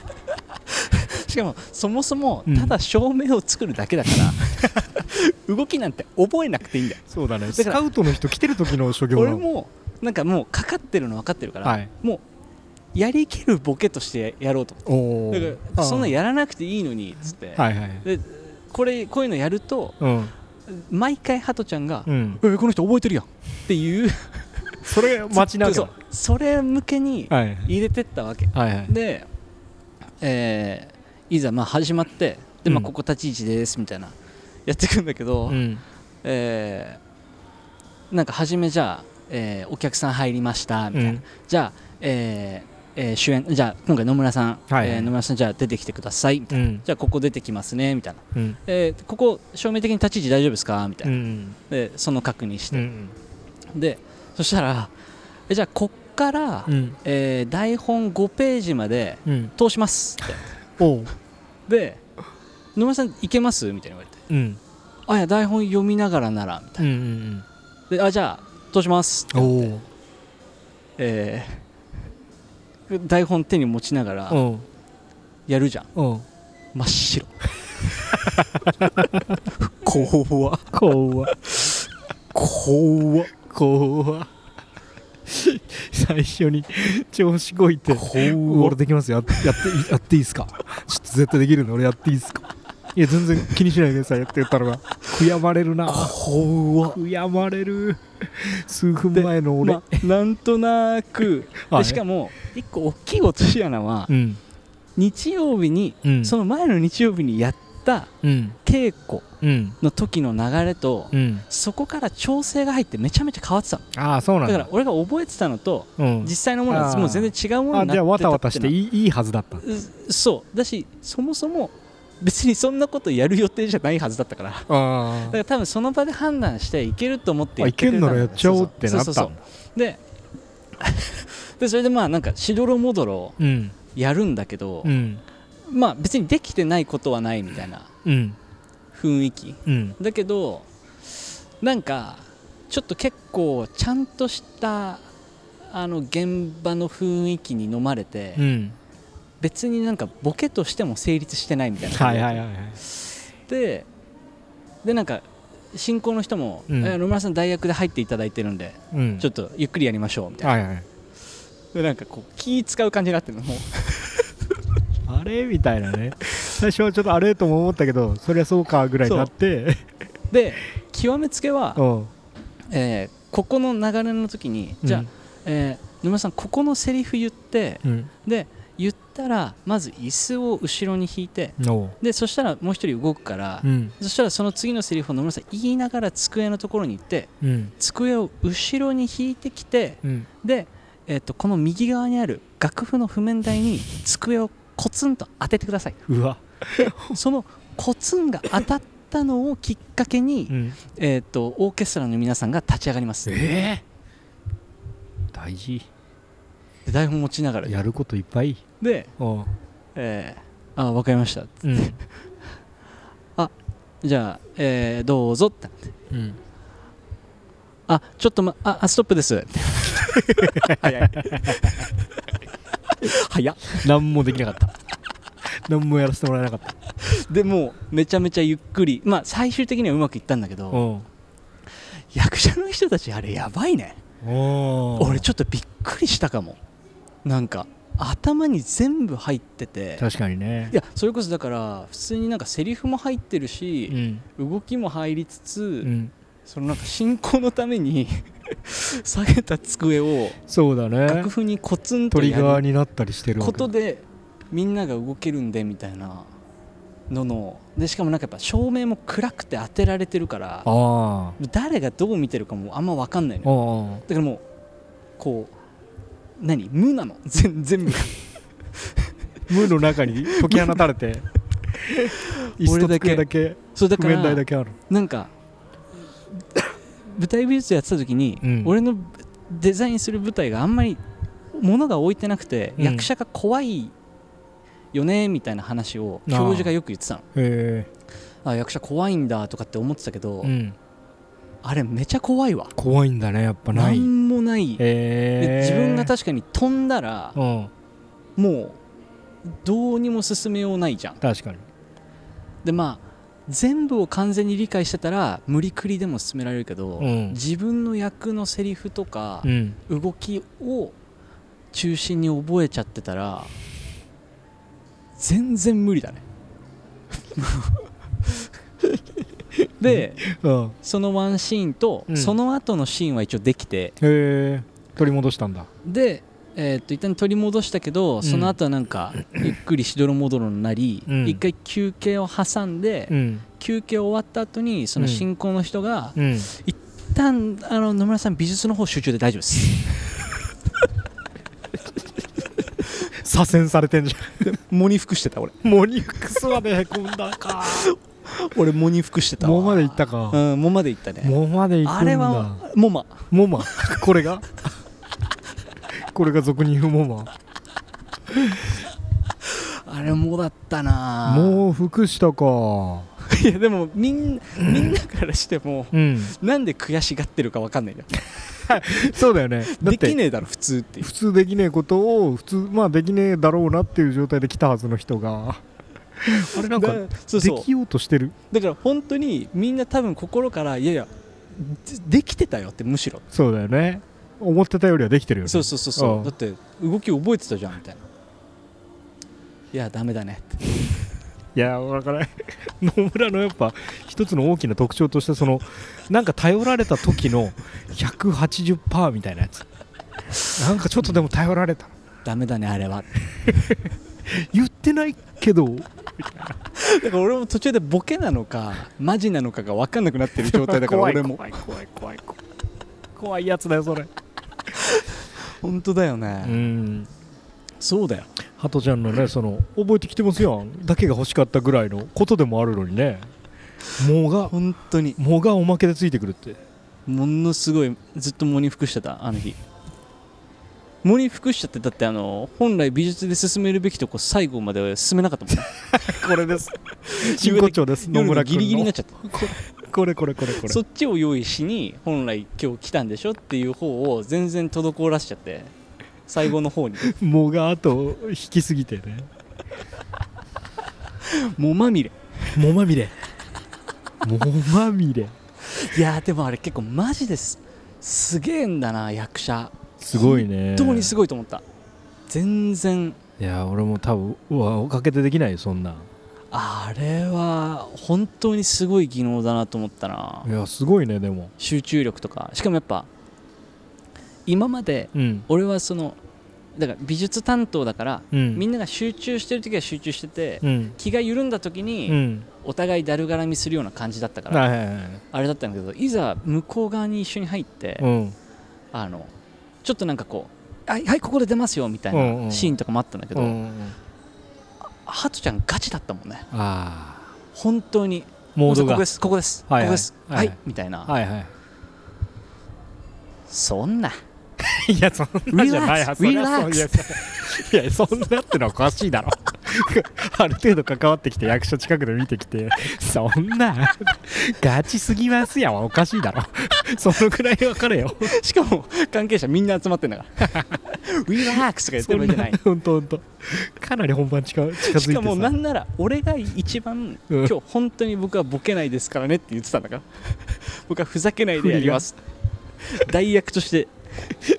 Speaker 5: しかもそもそも
Speaker 4: うん
Speaker 5: ただ照明を作るだけ だから、動きなんて覚えなくていいんだよ
Speaker 4: そうだね
Speaker 5: ス
Speaker 4: ス
Speaker 5: カ
Speaker 4: カウトの人来てる時の所業
Speaker 5: 俺もなんかもうかかってるの分かってるから、
Speaker 4: はい
Speaker 5: もうやりきるボケとしてやろうと思って
Speaker 4: おお
Speaker 5: だからそんなやらなくていいのにっつって、
Speaker 4: はいはい
Speaker 5: でこれこういうのやると
Speaker 4: うん
Speaker 5: 毎回ハトちゃんが「
Speaker 4: うん
Speaker 5: えこの人覚えてるやん」っていう
Speaker 4: それ待ちな
Speaker 5: そうそれ向けに
Speaker 4: はい
Speaker 5: 入れてったわけ、
Speaker 4: はいはい
Speaker 5: で、えーいざまあ始まってで、
Speaker 4: う
Speaker 5: まあ、
Speaker 4: ん
Speaker 5: ここ立ち位置ですみたいなやってくんだけど、
Speaker 4: うん
Speaker 5: えーなんか初めじゃあ、えーお客さん入りましたみたいな、
Speaker 4: うん
Speaker 5: じゃあ、えーえー主演じゃあ今回野村さん、
Speaker 4: はい
Speaker 5: えー野村さんじゃあ出てきてくださいみたいな
Speaker 4: うん
Speaker 5: じゃあここ出てきますねみたいな、
Speaker 4: うん
Speaker 5: えーここ照明的に立ち位置大丈夫ですかみたいうな、
Speaker 4: ん
Speaker 5: でその確認し
Speaker 4: う
Speaker 5: て、
Speaker 4: ん
Speaker 5: でそしたらえじゃあこっから、
Speaker 4: うん
Speaker 5: えー台本5ページまで
Speaker 4: うん
Speaker 5: 通しますって
Speaker 4: おう
Speaker 5: で野村さんいけますみたいに言われて
Speaker 4: うん
Speaker 5: あいや台本読みながらならみたい
Speaker 4: うんうん
Speaker 5: なであじゃあ通しますって
Speaker 4: うん
Speaker 5: 言って
Speaker 4: お
Speaker 5: えー台本手に持ちながら
Speaker 4: お
Speaker 5: やるじゃん
Speaker 4: うんうん
Speaker 5: 真っ白怖っ
Speaker 4: 怖
Speaker 5: 怖っ
Speaker 4: 怖最初に調子こいて
Speaker 5: 怖
Speaker 4: 俺できますよやってやってやっていいっすかちょっと絶対できるんで俺やっていいっすかいや全然気にしないでくださいって言ったのが悔やまれるな
Speaker 5: 怖っ
Speaker 4: 悔やまれる数分前の俺、
Speaker 5: まあなんとなく
Speaker 4: はい
Speaker 5: でしかも一個大きい落とし穴は
Speaker 4: うん
Speaker 5: 日曜日に
Speaker 4: うん
Speaker 5: その前の日曜日にやった
Speaker 4: うん
Speaker 5: 稽古
Speaker 4: うん
Speaker 5: の時の流れと
Speaker 4: うん
Speaker 5: そこから調整が入ってめちゃめちゃ変わってたの
Speaker 4: ああそうな
Speaker 5: だ
Speaker 4: んだ
Speaker 5: から俺が覚えてたのと
Speaker 4: うん
Speaker 5: 実際のもの
Speaker 4: あ
Speaker 5: は
Speaker 4: ー
Speaker 5: もう全然違うもの
Speaker 4: あ
Speaker 5: になってたって
Speaker 4: じゃあわたわたして
Speaker 5: い
Speaker 4: いいいいはずだった
Speaker 5: そうだしそもそも別にそんなことやる予定じゃないはずだったからだか
Speaker 4: あ
Speaker 5: ら多分その場で判断していけると思って
Speaker 4: あい
Speaker 5: って
Speaker 4: け
Speaker 5: くれ
Speaker 4: ん
Speaker 5: た
Speaker 4: なんら
Speaker 5: だ
Speaker 4: や
Speaker 5: よ
Speaker 4: っちゃおうってなっ
Speaker 5: そう
Speaker 4: た
Speaker 5: そ
Speaker 4: ん
Speaker 5: うそう
Speaker 4: だ
Speaker 5: そうで でそれでまあなんかしどろもどろ
Speaker 4: うん
Speaker 5: やるんだけど、
Speaker 4: うん
Speaker 5: まあ別にできてないことはないみたいな
Speaker 4: うん
Speaker 5: 雰囲気
Speaker 4: うん
Speaker 5: だけどなんかちょっと結構ちゃんとしたあの現場の雰囲気に飲まれて、
Speaker 4: うん
Speaker 5: 別になんかボケとしても成立してないみたいな
Speaker 4: はいはいはいはい
Speaker 5: ででなんか進行の人も、
Speaker 4: うん
Speaker 5: えー野村さん代役で入っていただいてるんで、
Speaker 4: うん
Speaker 5: ちょっとゆっくりやりましょうみたいな、
Speaker 4: はいはい
Speaker 5: でなんかこう気使う感じになってるのもう
Speaker 4: あれみたいなね最初はちょっとあれとも思ったけどそりゃそうかぐらいになって
Speaker 5: で極めつけは、
Speaker 4: うん
Speaker 5: えーここの流れの時にじゃあ、
Speaker 4: うん
Speaker 5: えー沼さんここのセリフ言って
Speaker 4: うん
Speaker 5: で言ったらまず椅子を後ろに引いて
Speaker 4: おう
Speaker 5: でそしたらもう一人動くから、
Speaker 4: うん
Speaker 5: そしたらその次のセリフを野村さん言いながら机のところに行って
Speaker 4: うん
Speaker 5: 机を後ろに引いてきて
Speaker 4: うん
Speaker 5: で、えっとこの右側にある楽譜の譜面台に机をコツンと当ててくださいう
Speaker 4: わ
Speaker 5: そのコツンが当たったのをきっかけに、
Speaker 4: うん
Speaker 5: えっとオーケストラの皆さんが立ち上がりますで
Speaker 4: え大事
Speaker 5: 台本持ちながら
Speaker 4: やることいっぱい
Speaker 5: で、
Speaker 4: おう
Speaker 5: えー、あ分かりました
Speaker 4: うん
Speaker 5: じゃあ、えーどうぞって
Speaker 4: うん
Speaker 5: あちょっと、ま、ああストップです 早い早っ
Speaker 4: 何もできなかった 何もやらせてもらえなかった
Speaker 5: でもうめちゃめちゃゆっくりまあ最終的にはうまくいったんだけど
Speaker 4: お
Speaker 5: 役者の人たちあれやばいね
Speaker 4: お
Speaker 5: 俺ちょっとびっくりしたかもなんか頭に全部入ってて
Speaker 4: 確かにね
Speaker 5: いやそれこそだから普通になんかセリフも入ってるし、
Speaker 4: ん
Speaker 5: 動きも入りつつ、
Speaker 4: うん
Speaker 5: そのなんか進行のために 下げた机を
Speaker 4: そうだね
Speaker 5: 楽譜にコツン
Speaker 4: ト
Speaker 5: と
Speaker 4: リガー
Speaker 5: やる
Speaker 4: になったりしてるわけ
Speaker 5: ことでみんなが動けるんでみたいなののでしかもなんかやっぱ照明も暗くて当てられてるから
Speaker 4: あ
Speaker 5: 誰がどう見てるかもあんま分かんない
Speaker 4: あ
Speaker 5: のよ
Speaker 4: おう
Speaker 5: だからもうこう何無なの 全全部
Speaker 4: ムーの中に解き放たれ て椅子と机だけ
Speaker 5: そうだ
Speaker 4: 譜
Speaker 5: から
Speaker 4: 面台だけある
Speaker 5: なんか舞台美術やってた時に、
Speaker 4: うん
Speaker 5: 俺のデザインする舞台があんまり物が置いてなくて、
Speaker 4: うん
Speaker 5: 役者が怖いよねみたいな話を
Speaker 4: ああ
Speaker 5: 教授がよく言ってたの
Speaker 4: へ
Speaker 5: あ役者怖いんだとかって思ってたけど、
Speaker 4: えうん
Speaker 5: あれめちゃ怖いわ
Speaker 4: 怖いんだねやっぱない
Speaker 5: んもない、で
Speaker 4: へえ
Speaker 5: 自分が確かに飛んだら
Speaker 4: うん
Speaker 5: もうどうにも進めようないじゃん
Speaker 4: 確かに
Speaker 5: でまあ全部を完全に理解してたら無理くりでも進められるけど、
Speaker 4: うん
Speaker 5: 自分の役のセリフとか、
Speaker 4: うん
Speaker 5: 動きを中心に覚えちゃってたら全然無 理だねで
Speaker 4: うん
Speaker 5: そのワンシーンと、
Speaker 4: うん
Speaker 5: その後のシーンは一応できて
Speaker 4: へえ取り戻したんだ
Speaker 5: でえーっと一旦取り戻したけど、
Speaker 4: ん
Speaker 5: その後はな んかゆっくりしどろもどろになり、
Speaker 4: うん
Speaker 5: 一回休憩を挟んで、
Speaker 4: うん
Speaker 5: 休憩終わった後にその進行の人が、
Speaker 4: うん
Speaker 5: 一旦あの野村さん美術の方集中で大丈夫です
Speaker 4: 左遷されてん じ
Speaker 5: 喪に服してた俺
Speaker 4: ゃんモニクスまでへこんだ か
Speaker 5: 俺喪に服してたわ
Speaker 4: もうまで行ったか
Speaker 5: うん、もまで行ったね。
Speaker 4: もうまで行く
Speaker 5: あ
Speaker 4: ん
Speaker 5: れ
Speaker 4: だ
Speaker 5: は、もま。
Speaker 4: モマ これがこれが俗に言うモ
Speaker 5: あれもだったな
Speaker 4: マもう服したか
Speaker 5: う、 いや、でも、みんな、みんなからしても、
Speaker 4: うん
Speaker 5: なんで悔しがってるかわかんないんだよ。
Speaker 4: そうだよねだっ
Speaker 5: でき
Speaker 4: て
Speaker 5: ねえだろ、普通っていう
Speaker 4: 普通できねえことを普通まあできねえだろうなっていう状態で来たはずの人が あれなんか
Speaker 5: だそうそう
Speaker 4: できようとしてる
Speaker 5: だから、本当に、みんな多分心から、いやいや、でできてたよって、むしろ。
Speaker 4: そうだよね思ってたよりはできてるよね
Speaker 5: そうそうそうそうう。
Speaker 4: ん
Speaker 5: だって、動き覚えてたじゃん、みたいな。いや、ダメだねって。
Speaker 4: いや分からない 野村のやっぱ一つの大きな特徴としてそのなんか頼られた時の180%みたいなやつなんかちょっとでも頼られた
Speaker 5: ダメだね、あれは。
Speaker 4: 言ってないけど
Speaker 5: だから、俺も途中でボケなのか、マジなのかがわかんなくなってる状態だから、俺も。
Speaker 4: 怖い怖い怖い怖い怖いやつだよそれ
Speaker 5: 本当だよね。
Speaker 4: うん
Speaker 5: そうだよ
Speaker 4: ハトちゃんのねその覚えてきてますよだけが欲しかったぐらいのことでもあるのにね「も」が
Speaker 5: 本当に
Speaker 4: 「も」がおまけでついてくるって
Speaker 5: ものすごいずっと喪に服してたあの日喪に服しちゃってだってあの本来美術で進めるべきとこ最後まで進めなかったもんね
Speaker 4: これ です 真骨頂です野
Speaker 5: 夜の
Speaker 4: 村君
Speaker 5: ギ
Speaker 4: の
Speaker 5: リギリになっちゃった
Speaker 4: これこれこれこれ
Speaker 5: そっちを用意しに本来今日来たんでしょっていう方を全然滞らしちゃって最後の 方に
Speaker 4: もがあと引きすぎてね
Speaker 5: もまみれ
Speaker 4: もまみれもまみれ
Speaker 5: いやーでもあれ結構マジですすげえんだな役者
Speaker 4: すごいね
Speaker 5: 本当にす
Speaker 4: ご
Speaker 5: ごいと思った全然
Speaker 4: いいや俺も多分うわおかけてできないよそんない
Speaker 5: あれは本当にすごい技能だなと思ったない
Speaker 4: やすごいねでも
Speaker 5: 集中力とかしかもやっぱ今まで
Speaker 4: うん
Speaker 5: 俺はそのだから美術担当だから、
Speaker 4: うん
Speaker 5: み
Speaker 4: ん
Speaker 5: んなが集中してる時は集中してて、
Speaker 4: うん
Speaker 5: 気が緩んだ時
Speaker 4: う
Speaker 5: に
Speaker 4: ん
Speaker 5: お互いだるがらみするような感じだったから、
Speaker 4: はいはいはい
Speaker 5: あれだったんだけどいざ向こう側に一緒に入って、
Speaker 4: うん
Speaker 5: あのちょっとなんかこうはい、はい、ここで出ますよみたい
Speaker 4: うんう
Speaker 5: なんシーンとかもあったんだけど、
Speaker 4: うん
Speaker 5: ハトちゃんガチだったもんね
Speaker 4: ああ
Speaker 5: 本当に
Speaker 4: モード
Speaker 5: ここ
Speaker 4: が
Speaker 5: ですここです、
Speaker 4: はいはい
Speaker 5: ここです
Speaker 4: はい
Speaker 5: はい、
Speaker 4: はい
Speaker 5: みたいな、
Speaker 4: はいはい
Speaker 5: そんない
Speaker 4: や、そんなじゃないはず。そ
Speaker 5: Relax
Speaker 4: りゃそういやいや、そんなってのはおかしいだろ。ある程度関わってきて、役所近くで見てきて、そんな、ガチすぎますやんおかしいだろ。そのくらい分かれよ。
Speaker 5: しかも関係者みんな集まってんだから リラックスとか言っ
Speaker 4: そ
Speaker 5: てる
Speaker 4: ん
Speaker 5: わけじ
Speaker 4: な
Speaker 5: ゃない、
Speaker 4: ほんとほんと。かなり本番近近づいて
Speaker 5: しかもな
Speaker 4: さ
Speaker 5: んなら俺が一番
Speaker 4: うん
Speaker 5: 今日本当に僕はボケないですからねって言ってたんだから 僕はふざけないでやります代役として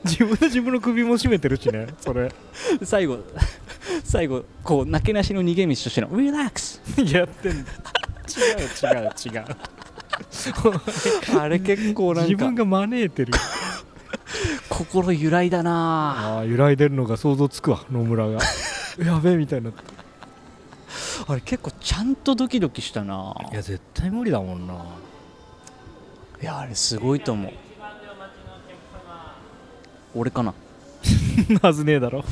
Speaker 4: 自分で自分の首も絞めてるしね、それ。
Speaker 5: 最後 最後こうなけなしの逃げ道としてのリラックス
Speaker 4: やってんの。違う違う違う。
Speaker 5: あれ結構 な
Speaker 4: 自
Speaker 5: ん
Speaker 4: 分
Speaker 5: か
Speaker 4: が招いてる。
Speaker 5: 心揺らいだな
Speaker 4: ああ、揺らいでるのが想像つくわ、野村 が。やべえみたいになって。
Speaker 5: あれ結構ちゃんとドキドキしたない
Speaker 4: や絶対無理だもんない
Speaker 5: やあれすごいと思う俺かな
Speaker 4: はずねえだろ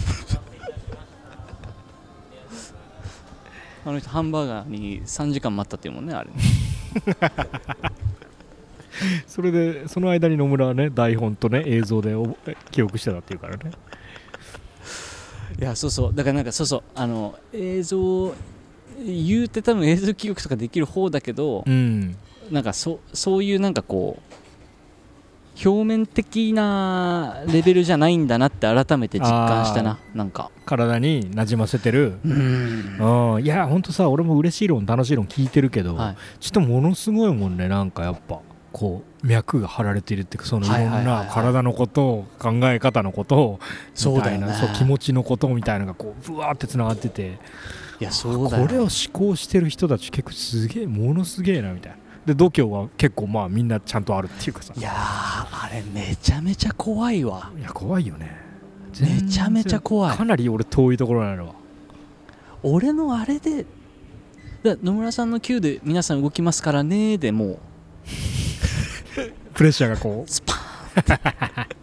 Speaker 5: あの人ハンバーガーに3時間待ったっていうもんねあれ
Speaker 4: それでその間に野村はね台本とね映像でお記憶してたっていうからね
Speaker 5: いやそうそうだからなんかそうそうあの映像言うて多分映像記憶とかできる方だけど、
Speaker 4: ん
Speaker 5: なんかそそういうなんかこう表面的なレベルじゃないんだなって改めて実感したななんか
Speaker 4: 体になじませてる
Speaker 5: うん
Speaker 4: うんいやほんとさ俺も嬉しい論楽しい論聞いてるけど、
Speaker 5: はい
Speaker 4: ちょっとものすごいもんねなんかやっぱこう脈が張られているっていうかそのいろ
Speaker 5: はいはいは
Speaker 4: ん
Speaker 5: いはい
Speaker 4: な体のこと考え方のこと
Speaker 5: そ
Speaker 4: み
Speaker 5: うだ
Speaker 4: たい
Speaker 5: よね
Speaker 4: なそう気持ちのことみたいなのがこうぶわーってつながってて
Speaker 5: いやそう
Speaker 4: こ
Speaker 5: だよ
Speaker 4: れを思考してる人たち結構すげえものすげえなみたいなで度胸は結構まあみんなちゃんとあるっていうかさ
Speaker 5: いやーあれめちゃめちゃ怖いわ
Speaker 4: いや怖いよね
Speaker 5: めちゃめちゃ怖い
Speaker 4: かなり俺遠いところなのは
Speaker 5: 俺のあれでだ野村さんの Q で皆さん動きますからねーでもう
Speaker 4: プレッシャーがこ う
Speaker 5: スパーンって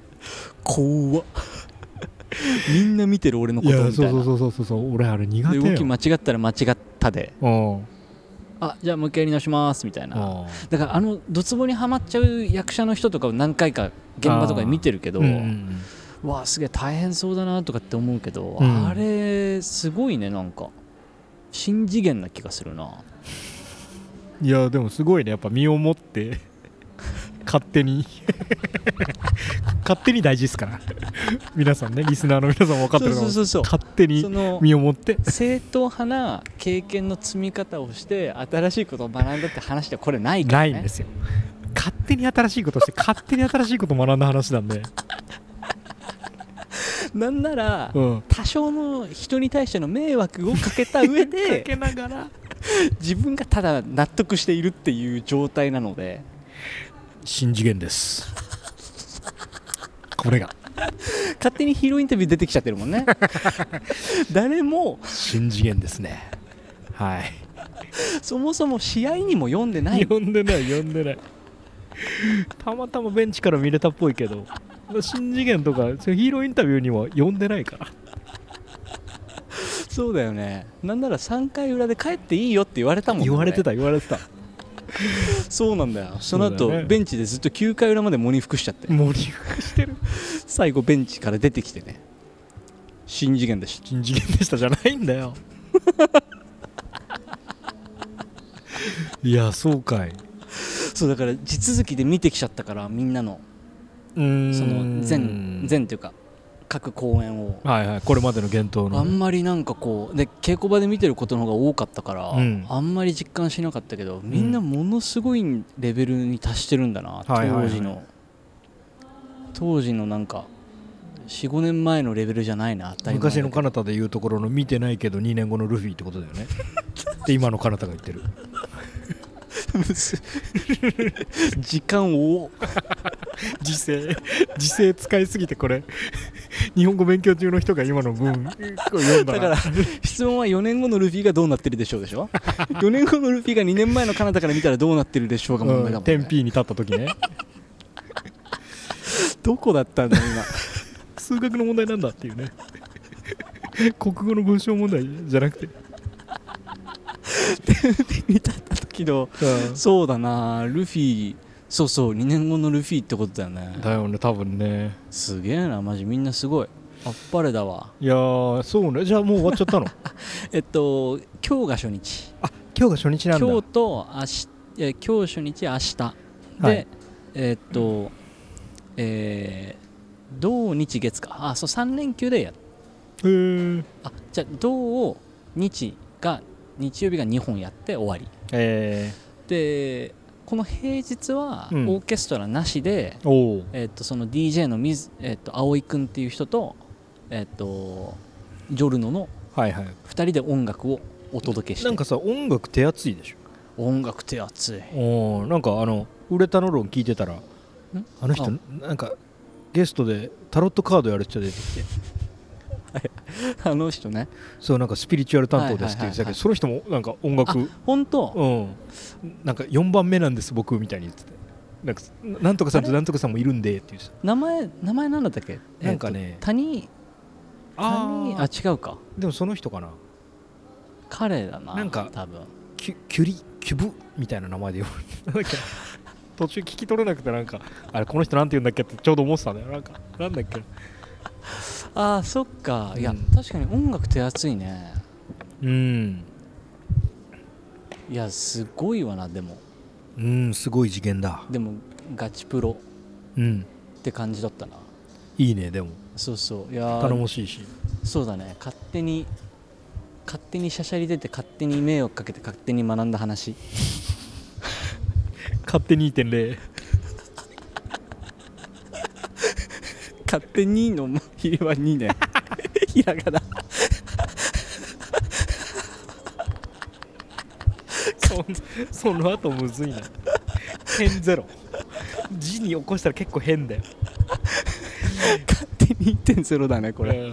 Speaker 5: 怖っ みんな見てる俺の
Speaker 4: い
Speaker 5: ことみた
Speaker 4: や
Speaker 5: いな
Speaker 4: そうそうそうそうそう俺あれ苦手
Speaker 5: で
Speaker 4: よ
Speaker 5: 動き間違ったら間違ったで
Speaker 4: うんうん
Speaker 5: あじゃあもう一回やり直しますみたいなだからあのドツボにはまっちゃう役者の人とかを何回か現場とかで見てるけど、
Speaker 4: うんうん
Speaker 5: わあすげえ大変そうだなとかって思うけど、
Speaker 4: うん
Speaker 5: あれすごいねなんか新次元な気がするな
Speaker 4: うんいやでもすごいねやっぱ身をもって 勝手に 勝手に大事ですから皆さんねリスナーの皆さんも分かってると思う
Speaker 5: そうそうそうそう
Speaker 4: 勝手
Speaker 5: そ
Speaker 4: に
Speaker 5: の
Speaker 4: 身をもって
Speaker 5: 正統派な経験の積み方をして新しいことを学んだって話ではこれないから
Speaker 4: な
Speaker 5: ね
Speaker 4: いんですよ勝手に新しいことして勝手に新しいこと学んだ話なんで、
Speaker 5: なんなら、
Speaker 4: うん、
Speaker 5: 多少の人に対しての迷惑をかけた 上で
Speaker 4: ながら
Speaker 5: 自分がただ納得しているっていう状態なので
Speaker 4: 新次元です これが
Speaker 5: 勝手にヒーローインタビュー出てきちゃってるも んね誰も
Speaker 4: 新次元ですねはい
Speaker 5: そもそも試合にも読んでない
Speaker 4: 呼んでない呼んでないたまたまベンチから見れたっぽいけど新次元とかそういうヒーローインタビューには呼んでないから
Speaker 5: そうだよねなんなら3回裏で帰っていいよって言われたもんね
Speaker 4: 言われてた言われてた
Speaker 5: そうなんだよその
Speaker 4: そう
Speaker 5: 後
Speaker 4: だよね
Speaker 5: ベンチでずっと9回裏まで喪に服しちゃって
Speaker 4: 盛り上がりしてる
Speaker 5: 最後ベンチから出てきてね新次元でした
Speaker 4: 新次元でしたじゃないんだ よいやそうかい
Speaker 5: そうだから地続きで見てきちゃったからみんなの
Speaker 4: うーん
Speaker 5: その全全というか各公演を
Speaker 4: はいはいこれまでの幻冬
Speaker 5: あ
Speaker 4: の
Speaker 5: んまりなんかこうで稽古場で見てることの方が多かったから、
Speaker 4: うん
Speaker 5: あんまり実感しなかったけどみんなものすごいレベルに達してるんだな、当
Speaker 4: はいはいはい
Speaker 5: 時の、当時のなんか45年前のレベルじゃないな当たり前だ
Speaker 4: 昔
Speaker 5: け ど
Speaker 4: の彼方でいうところの見てないけど2年後のルフィってことだよねって今の彼方が言ってる
Speaker 5: 時間を
Speaker 4: 時勢時勢使いすぎてこれ日本語勉強中の人が今の文を読んだ
Speaker 5: だ
Speaker 4: ら
Speaker 5: から質問は4年後のルフィがどうなってるでしょうでしょ4年後のルフィが2年前のカナダから見たらどうなってるでしょうが問題だもん、ね
Speaker 4: 天 P に立った時ね
Speaker 5: どこだったんだ今
Speaker 4: 数学の問題なんだっていうね国語の文章問題じゃなくて
Speaker 5: 見立った時のそうだなルフィそうそう2年後のルフィってことだよね
Speaker 4: だよね多分ね
Speaker 5: すげえなマジみんなすごいあっぱれだわ
Speaker 4: いやーそうねじゃあもう終わっちゃったの
Speaker 5: えっと今日が初日
Speaker 4: 今日が初日なんだ
Speaker 5: 今日と明日いや今日初日明日で、
Speaker 4: はい
Speaker 5: えっとえー、土日月かあそう3連休でやっ
Speaker 4: へー
Speaker 5: あじゃあ土日が日曜日が2本やって終わり
Speaker 4: え
Speaker 5: でこの平日はオ
Speaker 4: うん
Speaker 5: ーケストラなしで、
Speaker 4: ー、おお
Speaker 5: えっとその DJ の水、えっと葵くんっていう人と,、えっとジョルノの
Speaker 4: はいはい
Speaker 5: 2人で音楽をお届けして
Speaker 4: なんかさ音楽手厚いでし
Speaker 5: 音楽手厚い
Speaker 4: ょおーなんかあのウレタノロン聞いてたらあの人なんかゲストでタロットカードやる人出てきて
Speaker 5: あの人ね
Speaker 4: そうなんかスピリチュアル担当ですって言ってたけど、
Speaker 5: はいはいはいはい
Speaker 4: その人もなんか音楽
Speaker 5: 本当
Speaker 4: うんなんか4番目なんです僕みたいに言っててなんかなんとかさんとなんとかさんもいるんでって言ってた
Speaker 5: 名前名前なんだったっけ
Speaker 4: なんかね
Speaker 5: えっと谷谷あ
Speaker 4: ー
Speaker 5: 違うか
Speaker 4: でもその人かな
Speaker 5: 彼だな
Speaker 4: なんか
Speaker 5: 多分
Speaker 4: キュキュリキュブみたいな名前で呼ぶなんか途中聞き取れなくてなんかあれこの人なんて言うんだっけってちょうど思ってたんだよなんかなんだっけ
Speaker 5: あーそっかいや、
Speaker 4: うん
Speaker 5: 確かに音楽手厚いね
Speaker 4: うん
Speaker 5: いやすごいわなでも
Speaker 4: うんすごい次元だ
Speaker 5: でもガチプロ
Speaker 4: うん
Speaker 5: って感じだったない
Speaker 4: いねでも
Speaker 5: そうそういやー
Speaker 4: 頼もしいし
Speaker 5: そうだね勝手に勝手にしゃしゃり出て勝手に迷惑かけて勝手に学んだ話
Speaker 4: 勝手2.0
Speaker 5: 勝手にの ひれは2ねひらがな
Speaker 4: そん その後むずいな変ゼロ字に起こしたら結構変だよ
Speaker 5: 勝手に1.0だねこ
Speaker 4: こ
Speaker 5: れ
Speaker 4: れ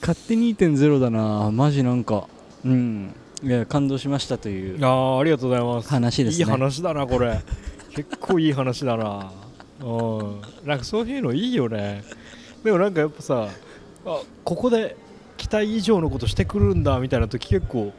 Speaker 5: 勝手に2.0だなマジなんかうんいや感動しましたという
Speaker 4: あーありがとうございます
Speaker 5: 話ですね
Speaker 4: いい話だなこれ結構いい話だなうんなんかそういうのいいよねでもなんかやっぱさあここで期待以上のことしてくるんだみたいな時結構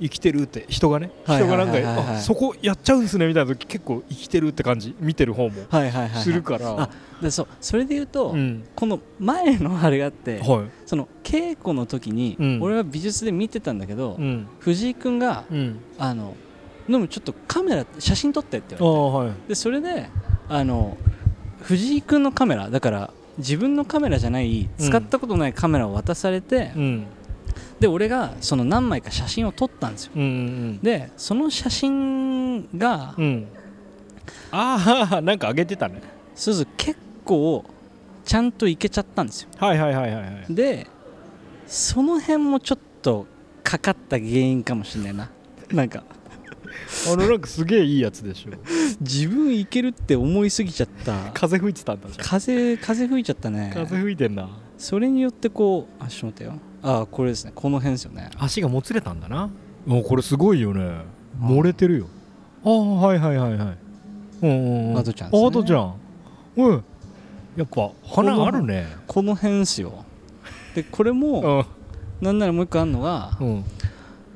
Speaker 4: 生きてるって人がね
Speaker 5: はい
Speaker 4: 人
Speaker 5: は
Speaker 4: が
Speaker 5: いは
Speaker 4: ないん
Speaker 5: はい
Speaker 4: かあそこやっちゃうんすねみたいな時結構生きてるって感じ見てる方も
Speaker 5: はいはいはい、はい、
Speaker 4: するから、
Speaker 5: あでそうそれで言うと、
Speaker 4: うん
Speaker 5: この前のあれがあって、
Speaker 4: は
Speaker 5: その稽古の時に、
Speaker 4: うん
Speaker 5: 俺は美術で見てたんだけど、
Speaker 4: いうん
Speaker 5: 藤井君が
Speaker 4: うん
Speaker 5: あのでもちょっとカメラ写真撮ってって言わ
Speaker 4: ああ
Speaker 5: れて
Speaker 4: はい
Speaker 5: でそれであの藤井君のカメラだから自分のカメラじゃない
Speaker 4: うん
Speaker 5: 使ったことないカメラを渡されて、
Speaker 4: うん
Speaker 5: で俺がその何枚か写真を撮ったんですよ
Speaker 4: うんうん
Speaker 5: でその写真が、
Speaker 4: うんうんああ なんか上げてたね
Speaker 5: そうそう結構ちゃんといけちゃったんですよ
Speaker 4: はいはいはいはいはい
Speaker 5: でその辺もちょっとかかった原因かもしれないななんか
Speaker 4: あのなんかすげえいいやつでしょ
Speaker 5: 自分いけるって思いすぎちゃった
Speaker 4: 風吹いてたんだじゃん
Speaker 5: 風風吹いちゃったね
Speaker 4: 風吹いてんな
Speaker 5: それによってこうあちょっと待ってよあこれですねこの辺ですよね
Speaker 4: 足がもつれたんだなもうこれすごいよね漏れてるよああはいはいはいはいうんうんうん
Speaker 5: アドちゃんですね
Speaker 4: アドちゃんおいやっぱ花あるね
Speaker 5: この辺っすよでこ れもなんならもう一個あるのが
Speaker 4: うん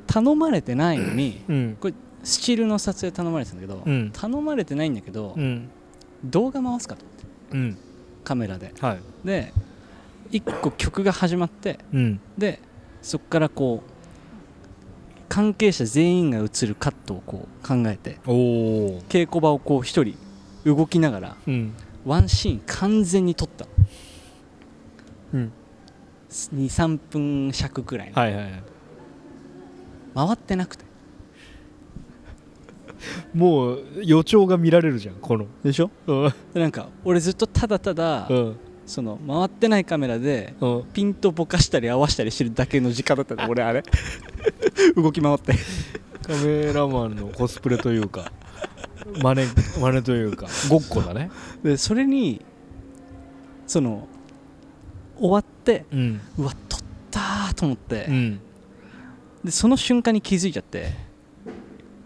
Speaker 5: 頼まれてないのに
Speaker 4: うん
Speaker 5: スチールの撮影頼まれてたんだけど、
Speaker 4: うん
Speaker 5: 頼まれてないんだけど、
Speaker 4: うん
Speaker 5: 動画回すかと
Speaker 4: うん
Speaker 5: カメラで
Speaker 4: はい
Speaker 5: で1個曲が始まって
Speaker 4: うん
Speaker 5: でそこからこう関係者全員が映るカットをこう考えて
Speaker 4: おお
Speaker 5: 稽古場をこう1人動きながら
Speaker 4: うん
Speaker 5: ワンシーン完全に撮った
Speaker 4: うん
Speaker 5: 23分尺くらいの
Speaker 4: はいはいはい
Speaker 5: 回ってなくて
Speaker 4: もう予兆が見られるじゃんこの
Speaker 5: でしょ
Speaker 4: うん
Speaker 5: でなんか俺ずっとただただ
Speaker 4: うん
Speaker 5: その回ってないカメラで
Speaker 4: うん
Speaker 5: ピントぼかしたり合わしたりしてるだけの時間だったの俺あれ 動き回って
Speaker 4: カメラマンのコスプレというか真似真似というかごっこだね
Speaker 5: でそれにその終わって
Speaker 4: うん
Speaker 5: うわ撮ったーと思って、
Speaker 4: うん
Speaker 5: でその瞬間に気づいちゃって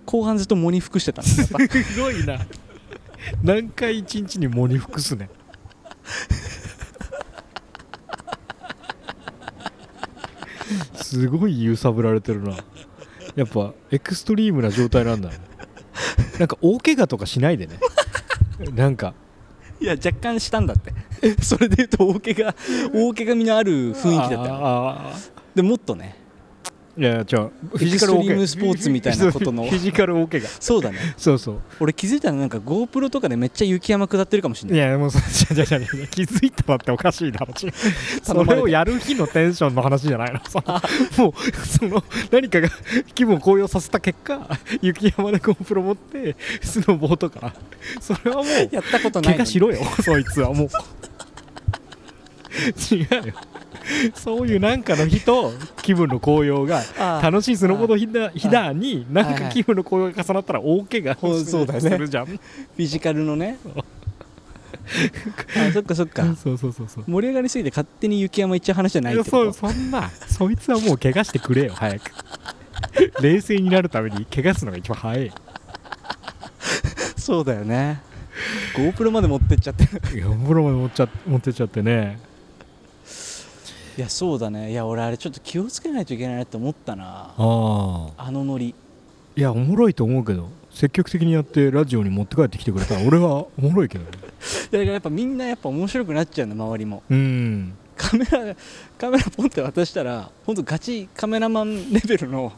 Speaker 5: 後半ずっと喪に 服してたんですよやっぱ
Speaker 4: すごいな何回一日に喪に服すねすごい揺さぶられてるなやっぱエクストリームな状態なんだねなんか大怪我とかしないでねなんか
Speaker 5: いや若干したんだってそれで言うと大怪我大怪我みのある雰囲気だったの
Speaker 4: ああ
Speaker 5: でもっとね
Speaker 4: いやいや違うフ
Speaker 5: フィジカルオーケースポーツみたいなことの
Speaker 4: フィジカル大怪我
Speaker 5: そうだね
Speaker 4: そうそう
Speaker 5: 俺気づいたらなんか GoPro とかでめっちゃ雪山下ってるかもしれ
Speaker 4: い
Speaker 5: ない
Speaker 4: やもうそじゃじゃじゃ気づいたらっておかしいだろ違う
Speaker 5: 頼
Speaker 4: そ
Speaker 5: まれて
Speaker 4: れをやる日のテンションの話じゃないのそのもうその何かが気分を高揚させた結果雪山でゴープロ持ってスノボーとかそれはもう
Speaker 5: やったことない
Speaker 4: 怪我
Speaker 5: のに
Speaker 4: しろよ そいつはもう違うよそういうなんかの日と気分の高揚が
Speaker 5: ああ
Speaker 4: 楽しいスノボード日だ日だになん
Speaker 5: はいは
Speaker 4: か
Speaker 5: い
Speaker 4: 気分の高揚が重なったら大怪
Speaker 5: ほう
Speaker 4: 我
Speaker 5: そうだよね
Speaker 4: するじゃん
Speaker 5: フィジカルのね あそっかそっか
Speaker 4: そうそうそうそう
Speaker 5: 盛り上がりすぎて勝手に雪山行っちゃう話じゃない
Speaker 4: い
Speaker 5: け
Speaker 4: や
Speaker 5: ど
Speaker 4: そうそんなそいつはもう怪我してくれよ早く冷静になるために怪我するのが一番早いよ
Speaker 5: そうだよね GoPro まで持ってっちゃ ってる
Speaker 4: いやお風呂まで持っちゃ持ってっちゃってね
Speaker 5: いやそうだねいや俺あれちょっと気をつけないといけないなって思ったな
Speaker 4: ああ
Speaker 5: あのノリ
Speaker 4: いやおもろいと思うけど積極的にやってラジオに持って帰ってきてくれたら俺はおもろいけどね
Speaker 5: だからやっぱみんなやっぱ面白くなっちゃうの周りも
Speaker 4: うん
Speaker 5: カメラカメラポンって渡したらほんとガチカメラマンレベルの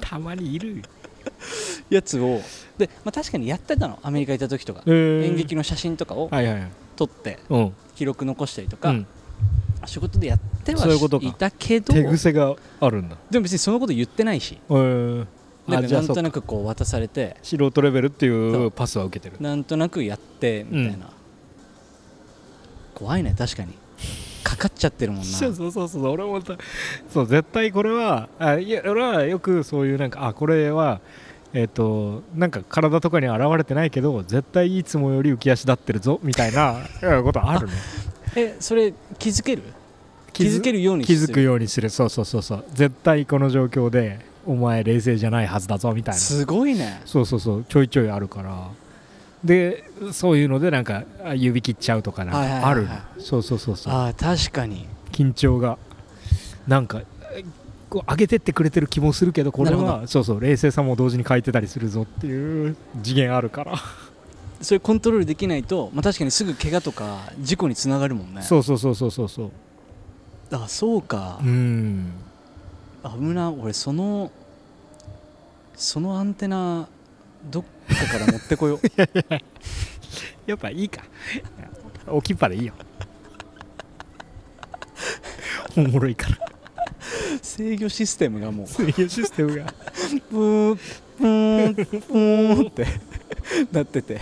Speaker 4: たまにいる
Speaker 5: やつをで、まあ、確かにやってたのアメリカ行った時とか
Speaker 4: えー、
Speaker 5: 演劇の写真とかを
Speaker 4: はいはいはい
Speaker 5: 撮って
Speaker 4: うん
Speaker 5: 記録残したりと
Speaker 4: う
Speaker 5: か、
Speaker 4: ん
Speaker 5: 仕事でやっては
Speaker 4: そういうことか
Speaker 5: いたけど
Speaker 4: 手癖があるんだ
Speaker 5: でも別にそのこと言ってないし
Speaker 4: えー、
Speaker 5: な
Speaker 4: あ
Speaker 5: んか
Speaker 4: じゃ
Speaker 5: な
Speaker 4: あ
Speaker 5: ん
Speaker 4: そ
Speaker 5: と
Speaker 4: う
Speaker 5: な
Speaker 4: か
Speaker 5: くこう渡されて
Speaker 4: 素人レベルって
Speaker 5: そ
Speaker 4: いううパスは受けてる
Speaker 5: なんとなくやってみたいな、怖いね確かにかかっちゃってるもんな
Speaker 4: そうそうそうそう俺もまたそう絶対これはあいや俺はよくそういうなんかあこれはえっ、となんか体とかに現れてないけど絶対いつもより浮き足立ってるぞみたいな うんことあるね
Speaker 5: えそれ気づける気づけ
Speaker 4: る
Speaker 5: るように
Speaker 4: 気づく
Speaker 5: よ
Speaker 4: ようにするそうそうそうそう絶対この状況でお前冷静じゃないはずだぞみたいな
Speaker 5: すごいね
Speaker 4: そうそうそうちょいちょいあるからでそういうのでなんかあ指切っちゃうとかなん
Speaker 5: はいはい
Speaker 4: か
Speaker 5: は
Speaker 4: あ
Speaker 5: いは
Speaker 4: る
Speaker 5: い
Speaker 4: ねそうそうそうそう
Speaker 5: ああ確かに
Speaker 4: 緊張がなんかこう上げてってくれてる気もするけどこれ
Speaker 5: なるほ
Speaker 4: はそうそう冷静さも同時に変えてたりするぞっていう次元あるから、
Speaker 5: それコントロールできないと、まあ、確かにすぐ怪我とか事故につながるもんね
Speaker 4: そうそうそうそうそうそう
Speaker 5: あそうか
Speaker 4: う、ん
Speaker 5: 危な俺そのそのアンテナどっかから持ってこ よう
Speaker 4: やっぱいいか置きっぱでいいよおもろいから
Speaker 5: 制御システムがもう
Speaker 4: 水泳システムが
Speaker 5: プーンプーンプーンって なってて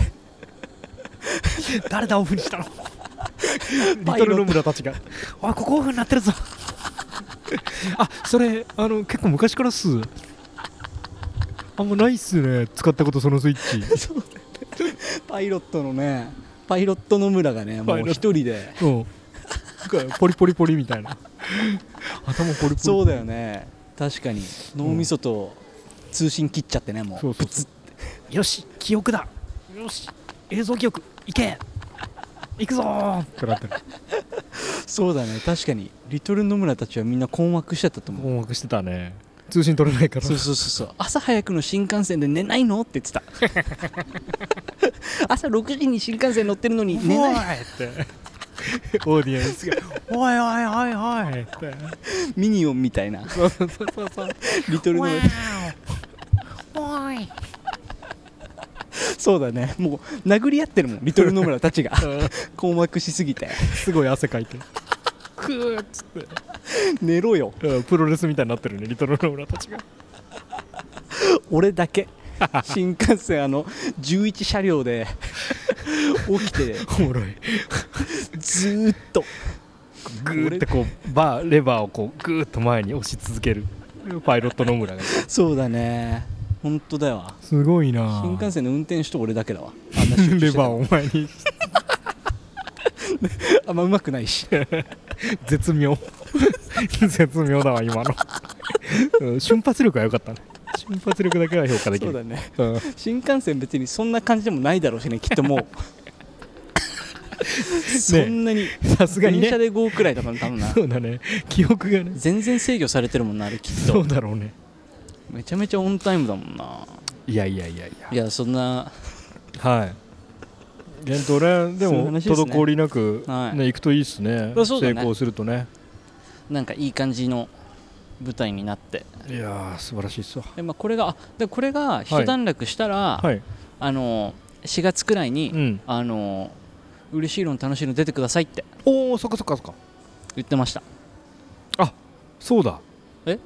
Speaker 4: 誰だオフにしたの リ
Speaker 5: パイロット
Speaker 4: トルの村たち が「おいここオフになってるぞ」 あそれあの結構昔からっすあんまないっすね使った ことそのスイッチ
Speaker 5: パイロットのねパイロットの村がねも
Speaker 4: パイ
Speaker 5: う
Speaker 4: ロッ
Speaker 5: 一
Speaker 4: ト
Speaker 5: 人で
Speaker 4: うん。なんかポリポリポリみたいな。頭ポリポリ。
Speaker 5: そうだよね確かに脳みそと通信切っちゃってねもう
Speaker 4: そうそうそうよし、記憶だ。よし、映像記憶、いけ。行くぞーってなってる。
Speaker 5: そうだね確かにリトル野村たちはみんな困惑しちゃったと思う
Speaker 4: 困惑してたね。通信取れない から。
Speaker 5: そうそうそうそう朝早くの新幹線で寝ないのって 言ってた朝6時に新幹線乗ってるのに寝
Speaker 4: お
Speaker 5: ない
Speaker 4: いって。オーディエンスが、おいおいおいおいって。
Speaker 5: ミニオンみた いな
Speaker 4: そうそうそうそう。
Speaker 5: リトル野村そうだねもう殴り合ってるもんリトル野村たちが困惑しすぎて
Speaker 4: すごい汗かいてる。くーっつって
Speaker 5: 寝ろよ
Speaker 4: うんプロレスみたいになってるねリトルの村たちが
Speaker 5: 俺だけ新幹線あの11車両で起きて
Speaker 4: おもろい
Speaker 5: ずーっと
Speaker 4: グーってこうバーレバーをこうグーっと前に押し続けるパイロット野村が
Speaker 5: そうだね本当だよ
Speaker 4: すごいな
Speaker 5: 新幹線の運転手と俺だけだわあんな
Speaker 4: 線
Speaker 5: 集中
Speaker 4: レ
Speaker 5: してた
Speaker 4: バー
Speaker 5: の
Speaker 4: お前に
Speaker 5: あんまうまくないし
Speaker 4: 絶妙絶妙だわ今のうん瞬発力は良かったね瞬発力だけは評価でき
Speaker 5: そうだ
Speaker 4: る
Speaker 5: ね
Speaker 4: うん
Speaker 5: 新幹線別にそんな感じでもないだろうしねきっとも うそんなに
Speaker 4: さすがに
Speaker 5: 電
Speaker 4: ね
Speaker 5: 車で5くらいだから多分な
Speaker 4: そうだね記憶がね
Speaker 5: 全然制御されてるもんなあれきっ
Speaker 4: そ
Speaker 5: と
Speaker 4: うだろうね
Speaker 5: めちゃめちゃオンタイムだもんない
Speaker 4: やいやいやいや
Speaker 5: いやそんな
Speaker 4: はいレントねで
Speaker 5: そういう
Speaker 4: も
Speaker 5: 話ですね
Speaker 4: 滞りなく、
Speaker 5: はい
Speaker 4: ね、行くといいっすね
Speaker 5: あそうだ
Speaker 4: 成
Speaker 5: ね
Speaker 4: 功するとね
Speaker 5: なんかいい感じの舞台になって
Speaker 4: いやー素晴らしいっすわ
Speaker 5: で、まあ、これがあでこれが一段落したら、
Speaker 4: はい
Speaker 5: あの4月くらいに、
Speaker 4: うん
Speaker 5: あの嬉しいの楽しいの出てくださいって
Speaker 4: おおそっかそっかそっか
Speaker 5: 言ってました
Speaker 4: そうだ
Speaker 5: え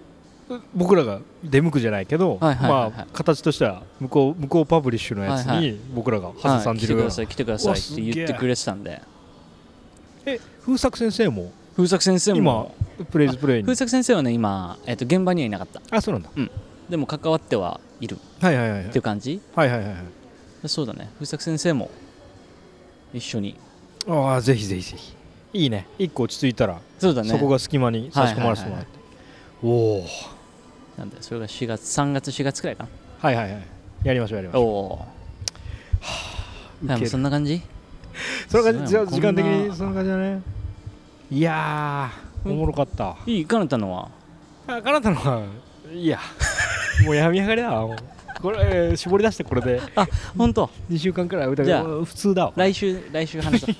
Speaker 4: 僕らが出向くじゃないけど、
Speaker 5: はいはいはいはい
Speaker 4: まあ、形としては向こう向こうパブリッシュのやつ
Speaker 5: はいは
Speaker 4: に僕らが挟ん
Speaker 5: はい
Speaker 4: で
Speaker 5: 来て
Speaker 4: るよう
Speaker 5: くだ
Speaker 4: な
Speaker 5: さい来てくださいって言ってくれてたんで
Speaker 4: え風作先生も
Speaker 5: 風作先生
Speaker 4: 今
Speaker 5: も
Speaker 4: プレイズプレイに
Speaker 5: 風作先生はね今、えっと現場にはいなかった
Speaker 4: あそうなんだ
Speaker 5: でも関わってはいるっ
Speaker 4: はいはいはいはい
Speaker 5: ていう感じ
Speaker 4: はいはいはいはい
Speaker 5: そうだね風作先生も一緒に
Speaker 4: ああぜひぜひぜひいいね一個落ち着いたら
Speaker 5: そうだね
Speaker 4: そこが隙間に差し込まれてもらって、おお
Speaker 5: なんでそれが4月3月4月くらいか
Speaker 4: はいはいはいやりましょうやりま
Speaker 5: な
Speaker 4: しょう
Speaker 5: おお
Speaker 4: ウ
Speaker 5: で
Speaker 4: ケ
Speaker 5: も
Speaker 4: る
Speaker 5: そんな感じ
Speaker 4: それが
Speaker 5: そう
Speaker 4: じゃあ
Speaker 5: だよ
Speaker 4: 時間的
Speaker 5: こん
Speaker 4: に
Speaker 5: な
Speaker 4: そんな感じだねいやー
Speaker 5: う
Speaker 4: お
Speaker 5: ん
Speaker 4: もろかったわ
Speaker 5: いいかなたのは
Speaker 4: あかなたのはいや もうやみ上がりだわもうこれ、えー絞り出してこれで
Speaker 5: 本当
Speaker 4: 2週間くらい歌
Speaker 5: じゃあ
Speaker 4: う普通だわ
Speaker 5: 来週来週話そう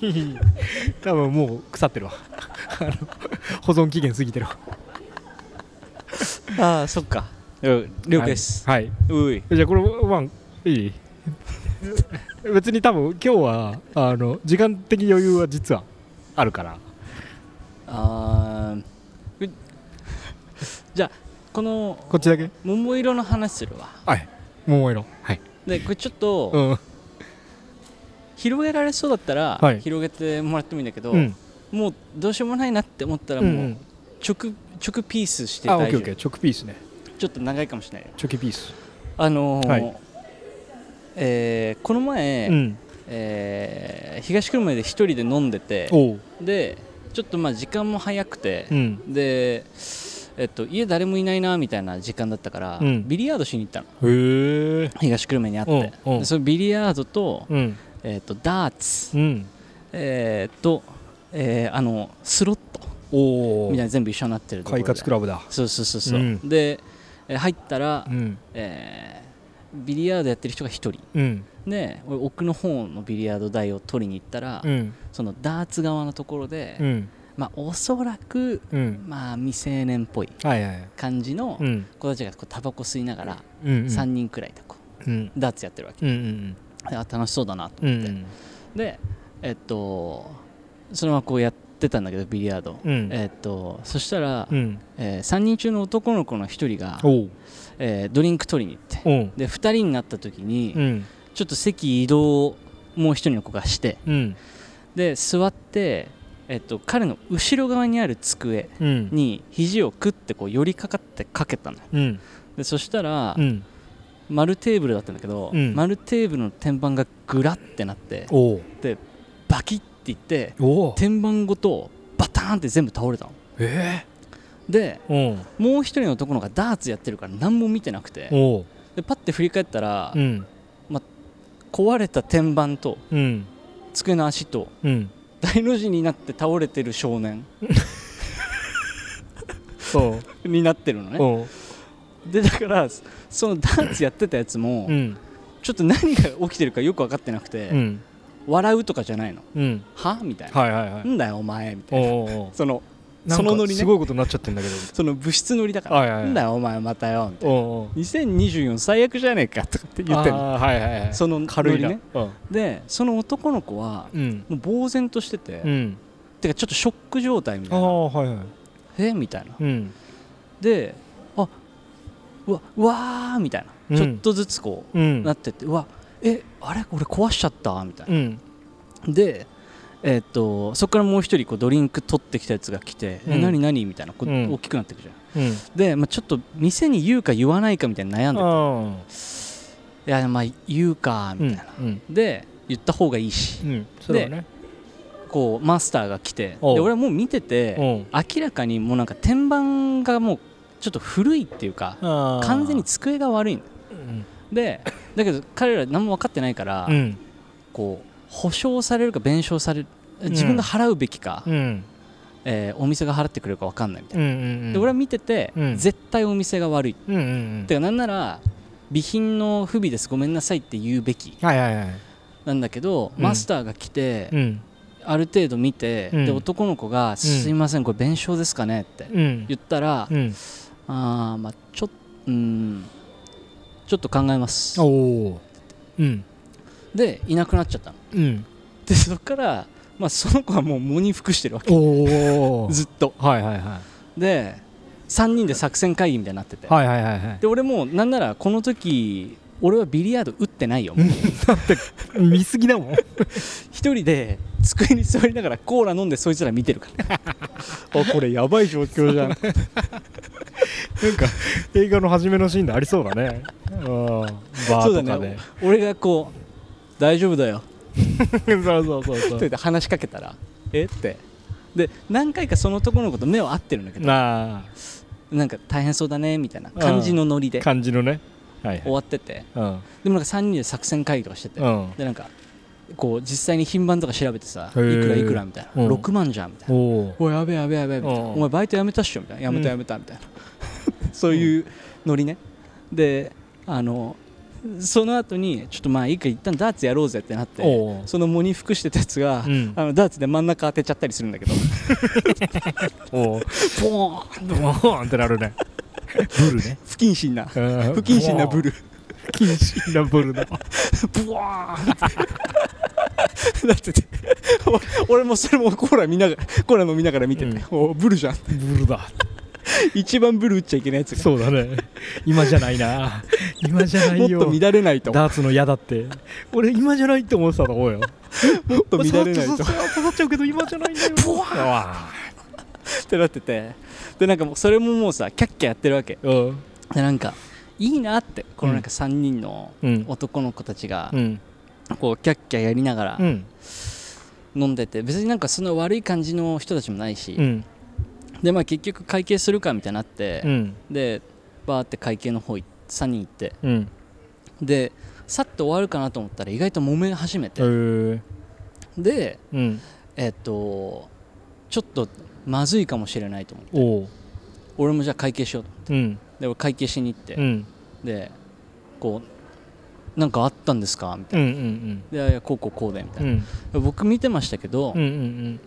Speaker 4: 多分もう腐ってるわあの保存期限過ぎてるわ
Speaker 5: ああそっかうん了解です、
Speaker 4: はい、は
Speaker 5: うい
Speaker 4: いじゃあこれワンいい別に多分今日はあの時間的余裕は実はあるから
Speaker 5: あーうじゃあこの
Speaker 4: こっちだけ
Speaker 5: 桃色の話するわ
Speaker 4: はい桃色はい
Speaker 5: でこれちょっと、
Speaker 4: うん
Speaker 5: 広げられそうだったら、
Speaker 4: はい
Speaker 5: 広げてもらってもいいんだけど、
Speaker 4: うん
Speaker 5: もうどうしようもないなって思ったら
Speaker 4: う
Speaker 5: もう、
Speaker 4: んうん
Speaker 5: 直直ピースして
Speaker 4: あオッ
Speaker 5: 大
Speaker 4: ケ
Speaker 5: 丈
Speaker 4: ーオッケ
Speaker 5: 夫
Speaker 4: ーチョキピースね
Speaker 5: ちょっと長いかもしれないよ
Speaker 4: チョキピース
Speaker 5: あのー
Speaker 4: はい
Speaker 5: えーこの前、
Speaker 4: うん
Speaker 5: えー東久留米で一人で飲んでて
Speaker 4: おう
Speaker 5: でちょっとまあ時間も早くて
Speaker 4: う、ん
Speaker 5: で、えっと、家誰もいないなみたいな時間だったから、
Speaker 4: うん
Speaker 5: ビリヤードしに行ったの
Speaker 4: へえ
Speaker 5: 東久留米にあって、
Speaker 4: うんうん
Speaker 5: でそのビリヤードと,、
Speaker 4: うん
Speaker 5: えっとダーツ、
Speaker 4: うん
Speaker 5: えー、と、えーあのスロット
Speaker 4: お
Speaker 5: みたいな全部一緒になってるところ
Speaker 4: 快
Speaker 5: で
Speaker 4: 活クラブだ
Speaker 5: そうそうそうそう、
Speaker 4: うん
Speaker 5: で、えー入ったら、
Speaker 4: うん
Speaker 5: えービリヤードやってる人が1人
Speaker 4: うん
Speaker 5: で俺奥の方のビリヤード台を取りに行ったら、
Speaker 4: うん
Speaker 5: そのダーツ側のところで、
Speaker 4: うん
Speaker 5: まあおそらく、
Speaker 4: うん
Speaker 5: まあ、未成年っぽい
Speaker 4: はいはいはい
Speaker 5: 感じの
Speaker 4: うん
Speaker 5: 子たちがこうタバコ吸いながら
Speaker 4: うんうん
Speaker 5: 3人くらいでこ
Speaker 4: うん
Speaker 5: うダーツやってるわけ、
Speaker 4: うんうん
Speaker 5: であ楽しそうだなと
Speaker 4: うんう
Speaker 5: 思って、
Speaker 4: ん
Speaker 5: でえっとそのままこうやってたんだけどビリヤードを、
Speaker 4: うん
Speaker 5: えっとそしたら、
Speaker 4: うん
Speaker 5: え3人中の男の子の1人が、
Speaker 4: おう
Speaker 5: えードリンク取りに行って、
Speaker 4: おう
Speaker 5: で2人になった時に、
Speaker 4: うん
Speaker 5: ちょっと席移動をもう1人の子がして
Speaker 4: うん
Speaker 5: で座って、えっと、彼の後ろ側にある机
Speaker 4: うん
Speaker 5: に肘をくってこう寄りかかってかけたのよ
Speaker 4: うん
Speaker 5: でそしたら、
Speaker 4: うん
Speaker 5: 丸テーブルだったんだけど、
Speaker 4: うん
Speaker 5: 丸テーブルの天板がグラってなって
Speaker 4: おう
Speaker 5: バキッていって
Speaker 4: おう
Speaker 5: 天板ごとバターンって全部倒れたの
Speaker 4: え
Speaker 5: で
Speaker 4: えうん
Speaker 5: もう一人の男の子がダーツやってるから何も見てなくて
Speaker 4: おう
Speaker 5: でパッて振り返ったら、
Speaker 4: うん
Speaker 5: 壊れた天板と
Speaker 4: うん
Speaker 5: 机の足と
Speaker 4: うん
Speaker 5: 大の字になって倒れてる少年
Speaker 4: おう
Speaker 5: になってるのね
Speaker 4: おう
Speaker 5: でだからそのダーツやってたやつも、
Speaker 4: うん
Speaker 5: ちょっと何が起きてるかよく分かってなくて、
Speaker 4: うん
Speaker 5: 笑うとかじゃないの
Speaker 4: うん
Speaker 5: はみたいな、
Speaker 4: はいはいはい
Speaker 5: なんだよお前みたいな
Speaker 4: おうおう
Speaker 5: その
Speaker 4: おう
Speaker 5: その
Speaker 4: な
Speaker 5: ノリ
Speaker 4: んか
Speaker 5: ね
Speaker 4: すごいことになっちゃってんだけど
Speaker 5: その物質乗りだから、
Speaker 4: はいはいはい
Speaker 5: なんだよお前またよみたいな
Speaker 4: おうおう
Speaker 5: 2024最悪じゃねえかとかって言ってんの
Speaker 4: あーはいはいはい
Speaker 5: その
Speaker 4: 軽いな
Speaker 5: ノリね
Speaker 4: うん
Speaker 5: でその男の子は
Speaker 4: うん
Speaker 5: もう呆然としてて、
Speaker 4: うん
Speaker 5: てかちょっとショック状態み
Speaker 4: あ
Speaker 5: たいな
Speaker 4: あはいはい
Speaker 5: えみたいな
Speaker 4: うん
Speaker 5: であうわうわーみたいな、
Speaker 4: うん
Speaker 5: ちょっとずつこ
Speaker 4: う
Speaker 5: うんなってってうわえあれ俺壊しちゃったみたいうな、
Speaker 4: ん
Speaker 5: でええっとそこからもう一人こうドリンク取ってきたやつが来て「
Speaker 4: うん
Speaker 5: え何何?」みたいなこう、
Speaker 4: うん
Speaker 5: 大きくなってくじゃん
Speaker 4: うん
Speaker 5: で、まあ、ちょっと店に言うか言わないかみたいな悩んで
Speaker 4: あ
Speaker 5: いやまあ言うか
Speaker 4: ー
Speaker 5: みたいな、
Speaker 4: うん
Speaker 5: で言った方がいいし、
Speaker 4: うん、うん、そうだね
Speaker 5: こうマスターが来てで
Speaker 4: おう
Speaker 5: 俺はもう見て
Speaker 4: う
Speaker 5: て
Speaker 4: ん
Speaker 5: 明らかにもうなんか天板がもうちょっと古いっていうか
Speaker 4: あー
Speaker 5: 完全に机が悪いの
Speaker 4: うん
Speaker 5: でだけど彼ら何も分かってないから、
Speaker 4: うん
Speaker 5: こう保証されるか弁償される自分が払うべきか、
Speaker 4: うん
Speaker 5: えーお店が払ってくれるか分かんないみたい
Speaker 4: うんう
Speaker 5: な、
Speaker 4: ん
Speaker 5: で俺は見てて、
Speaker 4: うん
Speaker 5: 絶対お店が悪い
Speaker 4: うんうんうん
Speaker 5: てかなんなら備品の不備ですごめんなさいって言うべき
Speaker 4: はいはいはい
Speaker 5: なんだけど、
Speaker 4: うん
Speaker 5: マスターが来て、
Speaker 4: うん
Speaker 5: ある程度見て、
Speaker 4: うん
Speaker 5: で男の子が「すいませんこれ弁償ですかね?」って
Speaker 4: うん
Speaker 5: 言ったら「
Speaker 4: うん
Speaker 5: あーまあちょっうんちょっと考えます
Speaker 4: おおうん」
Speaker 5: でいなくなっちゃったの
Speaker 4: うん
Speaker 5: でそっから、まあ、その子はもう喪に服してるわけ
Speaker 4: おお
Speaker 5: ずっと
Speaker 4: はいはいは
Speaker 5: で3人で作戦会議みたいになってて、
Speaker 4: いはいはいはいはい
Speaker 5: で俺もなんならこの時俺はビリヤード打ってないよ
Speaker 4: 見すぎだもん
Speaker 5: 一人で机に座りながらコーラ飲んでそいつら見てるから
Speaker 4: あこれやばい状況じゃんなんか映画の初めのシーンでありそうだねうんバ
Speaker 5: そ
Speaker 4: ー
Speaker 5: うだ
Speaker 4: とかで
Speaker 5: ね俺がこう「大丈夫だよ」
Speaker 4: そうそうそうそ
Speaker 5: っ
Speaker 4: う
Speaker 5: て話しかけたら「えっ?」てで何回かその男の子と目を合ってるんだけど
Speaker 4: なあ
Speaker 5: なんか大変そうだねみたいな感じのノリで
Speaker 4: 感じのねはい
Speaker 5: 終
Speaker 4: はい
Speaker 5: わってて
Speaker 4: うん
Speaker 5: でもなんか3人で作戦会議とかしてて、
Speaker 4: うん
Speaker 5: でなんかこう実際に品番とか調べてさ「い
Speaker 4: へー
Speaker 5: くらいくら」みたいな「
Speaker 4: うん
Speaker 5: 6万じゃん」みたい
Speaker 4: お
Speaker 5: な「
Speaker 4: お
Speaker 5: おいやべえやべえやべえ」みたいな
Speaker 4: うん
Speaker 5: 「お前バイト辞めたっしょ」みたいな「やめた
Speaker 4: う
Speaker 5: や
Speaker 4: ん
Speaker 5: めた」みたいな そういうノリねであのその後にちょっとまあいいか一旦ダーツやろうぜってなって
Speaker 4: おう
Speaker 5: その喪に服してたやつが、
Speaker 4: うん
Speaker 5: あのダーツで真ん中当てちゃったりするん だけど
Speaker 4: おお
Speaker 5: ポーン
Speaker 4: ドーンってなるねブルね
Speaker 5: 不謹慎な不
Speaker 4: うん
Speaker 5: 謹慎なブル
Speaker 4: 不謹慎なブルだ
Speaker 5: ブワーン なっててお俺もそれもコーラ見ながらコーラ飲みながら見てて、
Speaker 4: うん
Speaker 5: おブルじゃん
Speaker 4: ブルだ
Speaker 5: 一番ブル打っちゃいけないやつが
Speaker 4: そうだね今じゃないな今じゃな
Speaker 5: もっ
Speaker 4: いよ
Speaker 5: と乱れないともっ
Speaker 4: ダーツの矢だって俺今じゃないって思ってたと思うよ
Speaker 5: と乱れない
Speaker 4: 刺
Speaker 5: とっ
Speaker 4: さっちゃうけど今じゃないんだよ
Speaker 5: てなっててでなんかもうそれももうさキャッキャやってるわけ
Speaker 4: うん
Speaker 5: でなんかいいなってこのなん
Speaker 4: う
Speaker 5: か3人の
Speaker 4: うん
Speaker 5: 男の子たちが
Speaker 4: うん
Speaker 5: こうキャッキャやりながら
Speaker 4: うん
Speaker 5: 飲んでて別になんかその悪い感じの人たちもないし、
Speaker 4: うん
Speaker 5: でまあ結局会計するかみたいになって、
Speaker 4: うん
Speaker 5: でバーって会計の方3人行って
Speaker 4: うん
Speaker 5: でさっと終わるかなと思ったら意外と揉め始め
Speaker 4: え
Speaker 5: て、
Speaker 4: ー
Speaker 5: で
Speaker 4: うん
Speaker 5: えっとちょっとまずいかもしれないと思って
Speaker 4: おう
Speaker 5: 俺もじゃあ会計しようと
Speaker 4: うん
Speaker 5: で俺会計しに行って、
Speaker 4: うん
Speaker 5: でこうなんかあったんですかみた
Speaker 4: う
Speaker 5: い
Speaker 4: んうん
Speaker 5: な、でいやこうこうこうでみた
Speaker 4: うんう
Speaker 5: いな、
Speaker 4: ん
Speaker 5: 僕見てましたけど、
Speaker 4: うんうん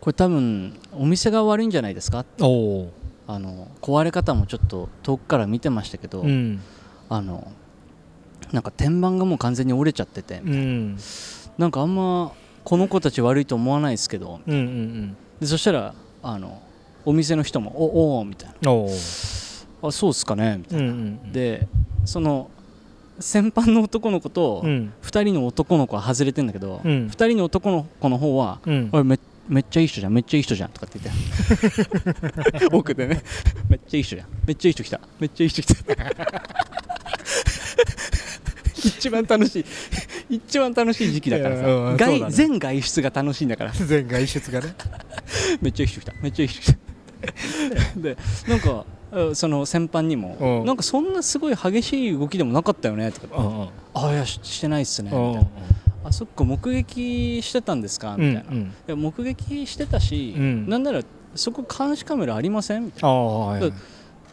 Speaker 5: これ多分お店が悪いんじゃないですか
Speaker 4: うんおう
Speaker 5: あの壊れ方もちょっと遠くから見てましたけど、
Speaker 4: うん
Speaker 5: あのなんか天板がもう完全に折れちゃってて、
Speaker 4: うん
Speaker 5: なんかあんまこの子たち悪いと思わないですけど
Speaker 4: うんうん
Speaker 5: でそしたらあのお店の人も「おおー」みたい
Speaker 4: うんおう
Speaker 5: な「あそうっすかね」みたい
Speaker 4: うんうん
Speaker 5: なでその先般の男の子と
Speaker 4: うん
Speaker 5: 2人の男の子は外れてんだけど、
Speaker 4: う
Speaker 5: 二
Speaker 4: ん
Speaker 5: 2人の男の子の方は
Speaker 4: う
Speaker 5: 「
Speaker 4: ん
Speaker 5: おいめめっちゃいい人じゃんめっちゃいい人じゃん」とかって言 って奥でね 「めっちゃいい人じゃんめっちゃいい人来ためっちゃいい人来 た」一番楽しい一番楽しい時期だから
Speaker 4: いやうん
Speaker 5: さ
Speaker 4: そう
Speaker 5: 外
Speaker 4: だね
Speaker 5: 全外出が楽しいんだから
Speaker 4: 全外出がね
Speaker 5: めっちゃいい人来ためっちゃいい人来たでなんかえその先般に
Speaker 4: う
Speaker 5: も
Speaker 4: ん
Speaker 5: なんかそんなすごい激しい動きでもなかったよねとか
Speaker 4: うんうん
Speaker 5: あいやししてないっすねみ
Speaker 4: うん
Speaker 5: たいなあそっか目撃してたんですか
Speaker 4: う
Speaker 5: み
Speaker 4: ん
Speaker 5: たいな、
Speaker 4: う
Speaker 5: い
Speaker 4: ん
Speaker 5: や目撃してたし、
Speaker 4: うん
Speaker 5: なんならそこ監視カメラありませんみたい
Speaker 4: ああはいはい
Speaker 5: な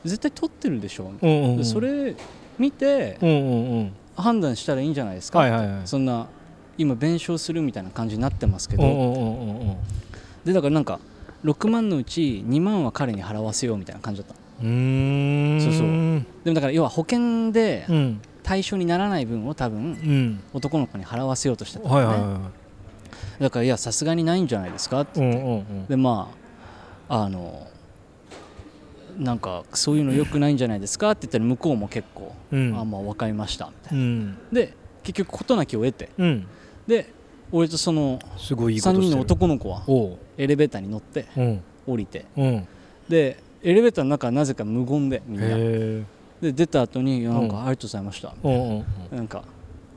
Speaker 5: 絶対撮ってるでしょみた
Speaker 4: う
Speaker 5: い
Speaker 4: んうんう
Speaker 5: なんでそれ見て
Speaker 4: うんうんうん
Speaker 5: 判断したらいいんじゃないですか、
Speaker 4: はいはいはい
Speaker 5: そんな今弁償するみたいな感じになってますけ
Speaker 4: う
Speaker 5: ど、
Speaker 4: んうんうんうんうん
Speaker 5: でだからなんか6万のうち2万は彼に払わせようみたいな感じだった
Speaker 4: うーん
Speaker 5: そうそう
Speaker 4: うん
Speaker 5: でもだから要は保険で
Speaker 4: うん
Speaker 5: 対象にならない分を多分
Speaker 4: うん
Speaker 5: 男の子に払わせようとしてたんだ
Speaker 4: はい
Speaker 5: よ
Speaker 4: は
Speaker 5: ね、
Speaker 4: いは
Speaker 5: だからいやさすがにないんじゃないですかって
Speaker 4: いうんうんうん
Speaker 5: でまああのなんかそういうの良くないんじゃないですかって言ったら向こうも結構、
Speaker 4: うん
Speaker 5: あまあ分かりましたみたい
Speaker 4: う
Speaker 5: な
Speaker 4: ん
Speaker 5: で結局事なきを得て
Speaker 4: うん
Speaker 5: で俺とその
Speaker 4: すごいいいこ
Speaker 5: 3
Speaker 4: と
Speaker 5: 人
Speaker 4: してる
Speaker 5: の男の子は
Speaker 4: おう
Speaker 5: エレベーターに乗って
Speaker 4: うん
Speaker 5: 降りて
Speaker 4: うんへ
Speaker 5: でエレベーターの中はなぜか無言でみんな
Speaker 4: え
Speaker 5: で出た後にいやなんか、
Speaker 4: うん
Speaker 5: ありがとうございました
Speaker 4: うんうん
Speaker 5: なんか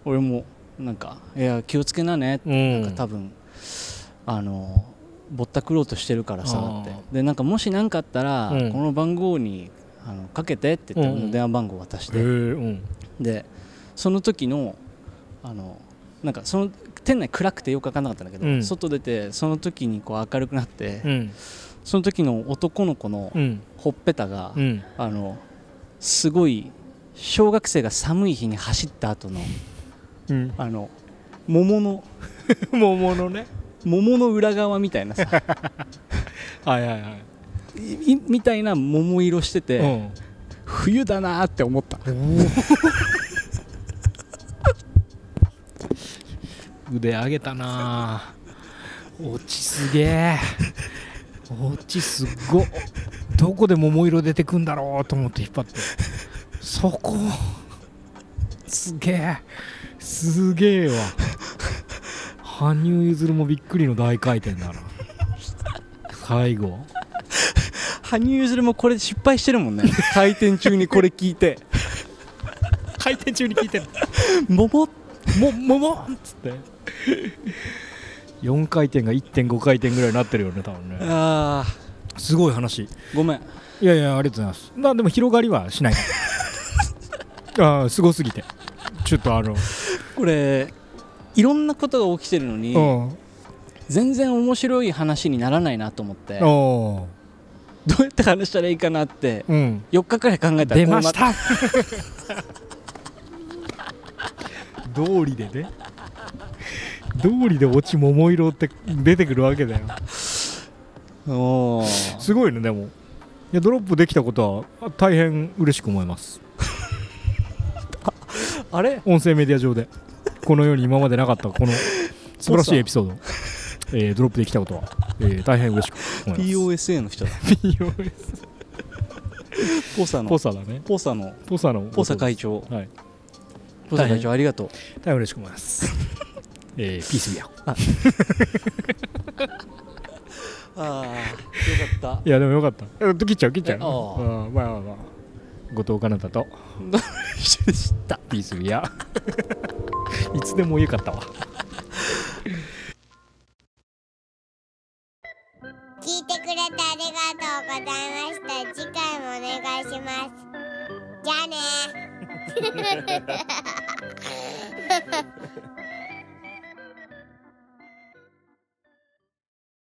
Speaker 5: 俺もなんかいや気をつけなね
Speaker 4: うん
Speaker 5: なんか多分あのぼったくろうとしてるからさ
Speaker 4: あー
Speaker 5: ってでなんかもし何かあったら、
Speaker 4: うん
Speaker 5: この番号にあのかけてって言って、
Speaker 4: うんうん
Speaker 5: 電話番号渡
Speaker 4: へ
Speaker 5: し
Speaker 4: え
Speaker 5: て
Speaker 4: うん
Speaker 5: でその時のあのなんかその店内暗くてよく分かんなかったんだけど、
Speaker 4: うん
Speaker 5: 外出てその時にこう明るくなって、
Speaker 4: うん
Speaker 5: その時の男の子の
Speaker 4: うん
Speaker 5: ほっぺたが、
Speaker 4: うん
Speaker 5: あのすごい小学生が寒い日に走った後の
Speaker 4: うん
Speaker 5: あの桃の
Speaker 4: 桃のね
Speaker 5: 桃の裏側みたいなさ
Speaker 4: はいはいはい
Speaker 5: いいみたいな桃色してて、
Speaker 4: うん
Speaker 5: 冬だなーって思った
Speaker 4: 腕上げたなぁ落ちすげえ落ちすっごどこで桃色出てくんだろうと思って引っ張ってそこすげえすげえわ羽生結弦もびっくりの大回転だな最後
Speaker 5: 羽生結弦もこれ失敗してるもんね回転中にこれ聞 いて
Speaker 4: 回転中に聞いてる
Speaker 5: 桃っ
Speaker 4: も桃っつって4回転が1.5回転ぐらいになってるよね多分ね
Speaker 5: あ
Speaker 4: すごい話
Speaker 5: ーごめん
Speaker 4: いやいやありがとうございますまあでも広がりはし ないああすごすぎてちょっとあの、
Speaker 5: これいろんなことが起きてるのに、
Speaker 4: うん
Speaker 5: 全然面白い話にならないなと思ってど
Speaker 4: お
Speaker 5: うやって話したらいいかなって
Speaker 4: ーうん
Speaker 5: 4日くらい考えたら
Speaker 4: 出
Speaker 5: こうな
Speaker 4: ま
Speaker 5: っ
Speaker 4: した 道理でね道理で落ち桃色って出てくるわけだよ
Speaker 5: おー
Speaker 4: すごいねでもいやドロップできたことは大変嬉しく思います
Speaker 5: あれ
Speaker 4: 音声メディア上でこの世に今までなかったこの素晴らしいエピソード、えードロップできたことは、えー大変嬉しく思います
Speaker 5: POSA の人 だ
Speaker 4: POS
Speaker 5: ポサ の
Speaker 4: ポサだね
Speaker 5: ポサの
Speaker 4: ポサの
Speaker 5: ポサ会長
Speaker 4: はい
Speaker 5: ポサ会長ありがとう
Speaker 4: 大変嬉しく思います、 えーピースビア
Speaker 5: ああよかった
Speaker 4: いやでもよかったえ切っちゃう切っちゃう
Speaker 5: えあー
Speaker 4: うんまあまあまあ後藤かな たと
Speaker 5: でした
Speaker 4: ピースビア いつでもよかったわ
Speaker 2: 聞いてくれてありがとうございました次回もお願いしますじゃあね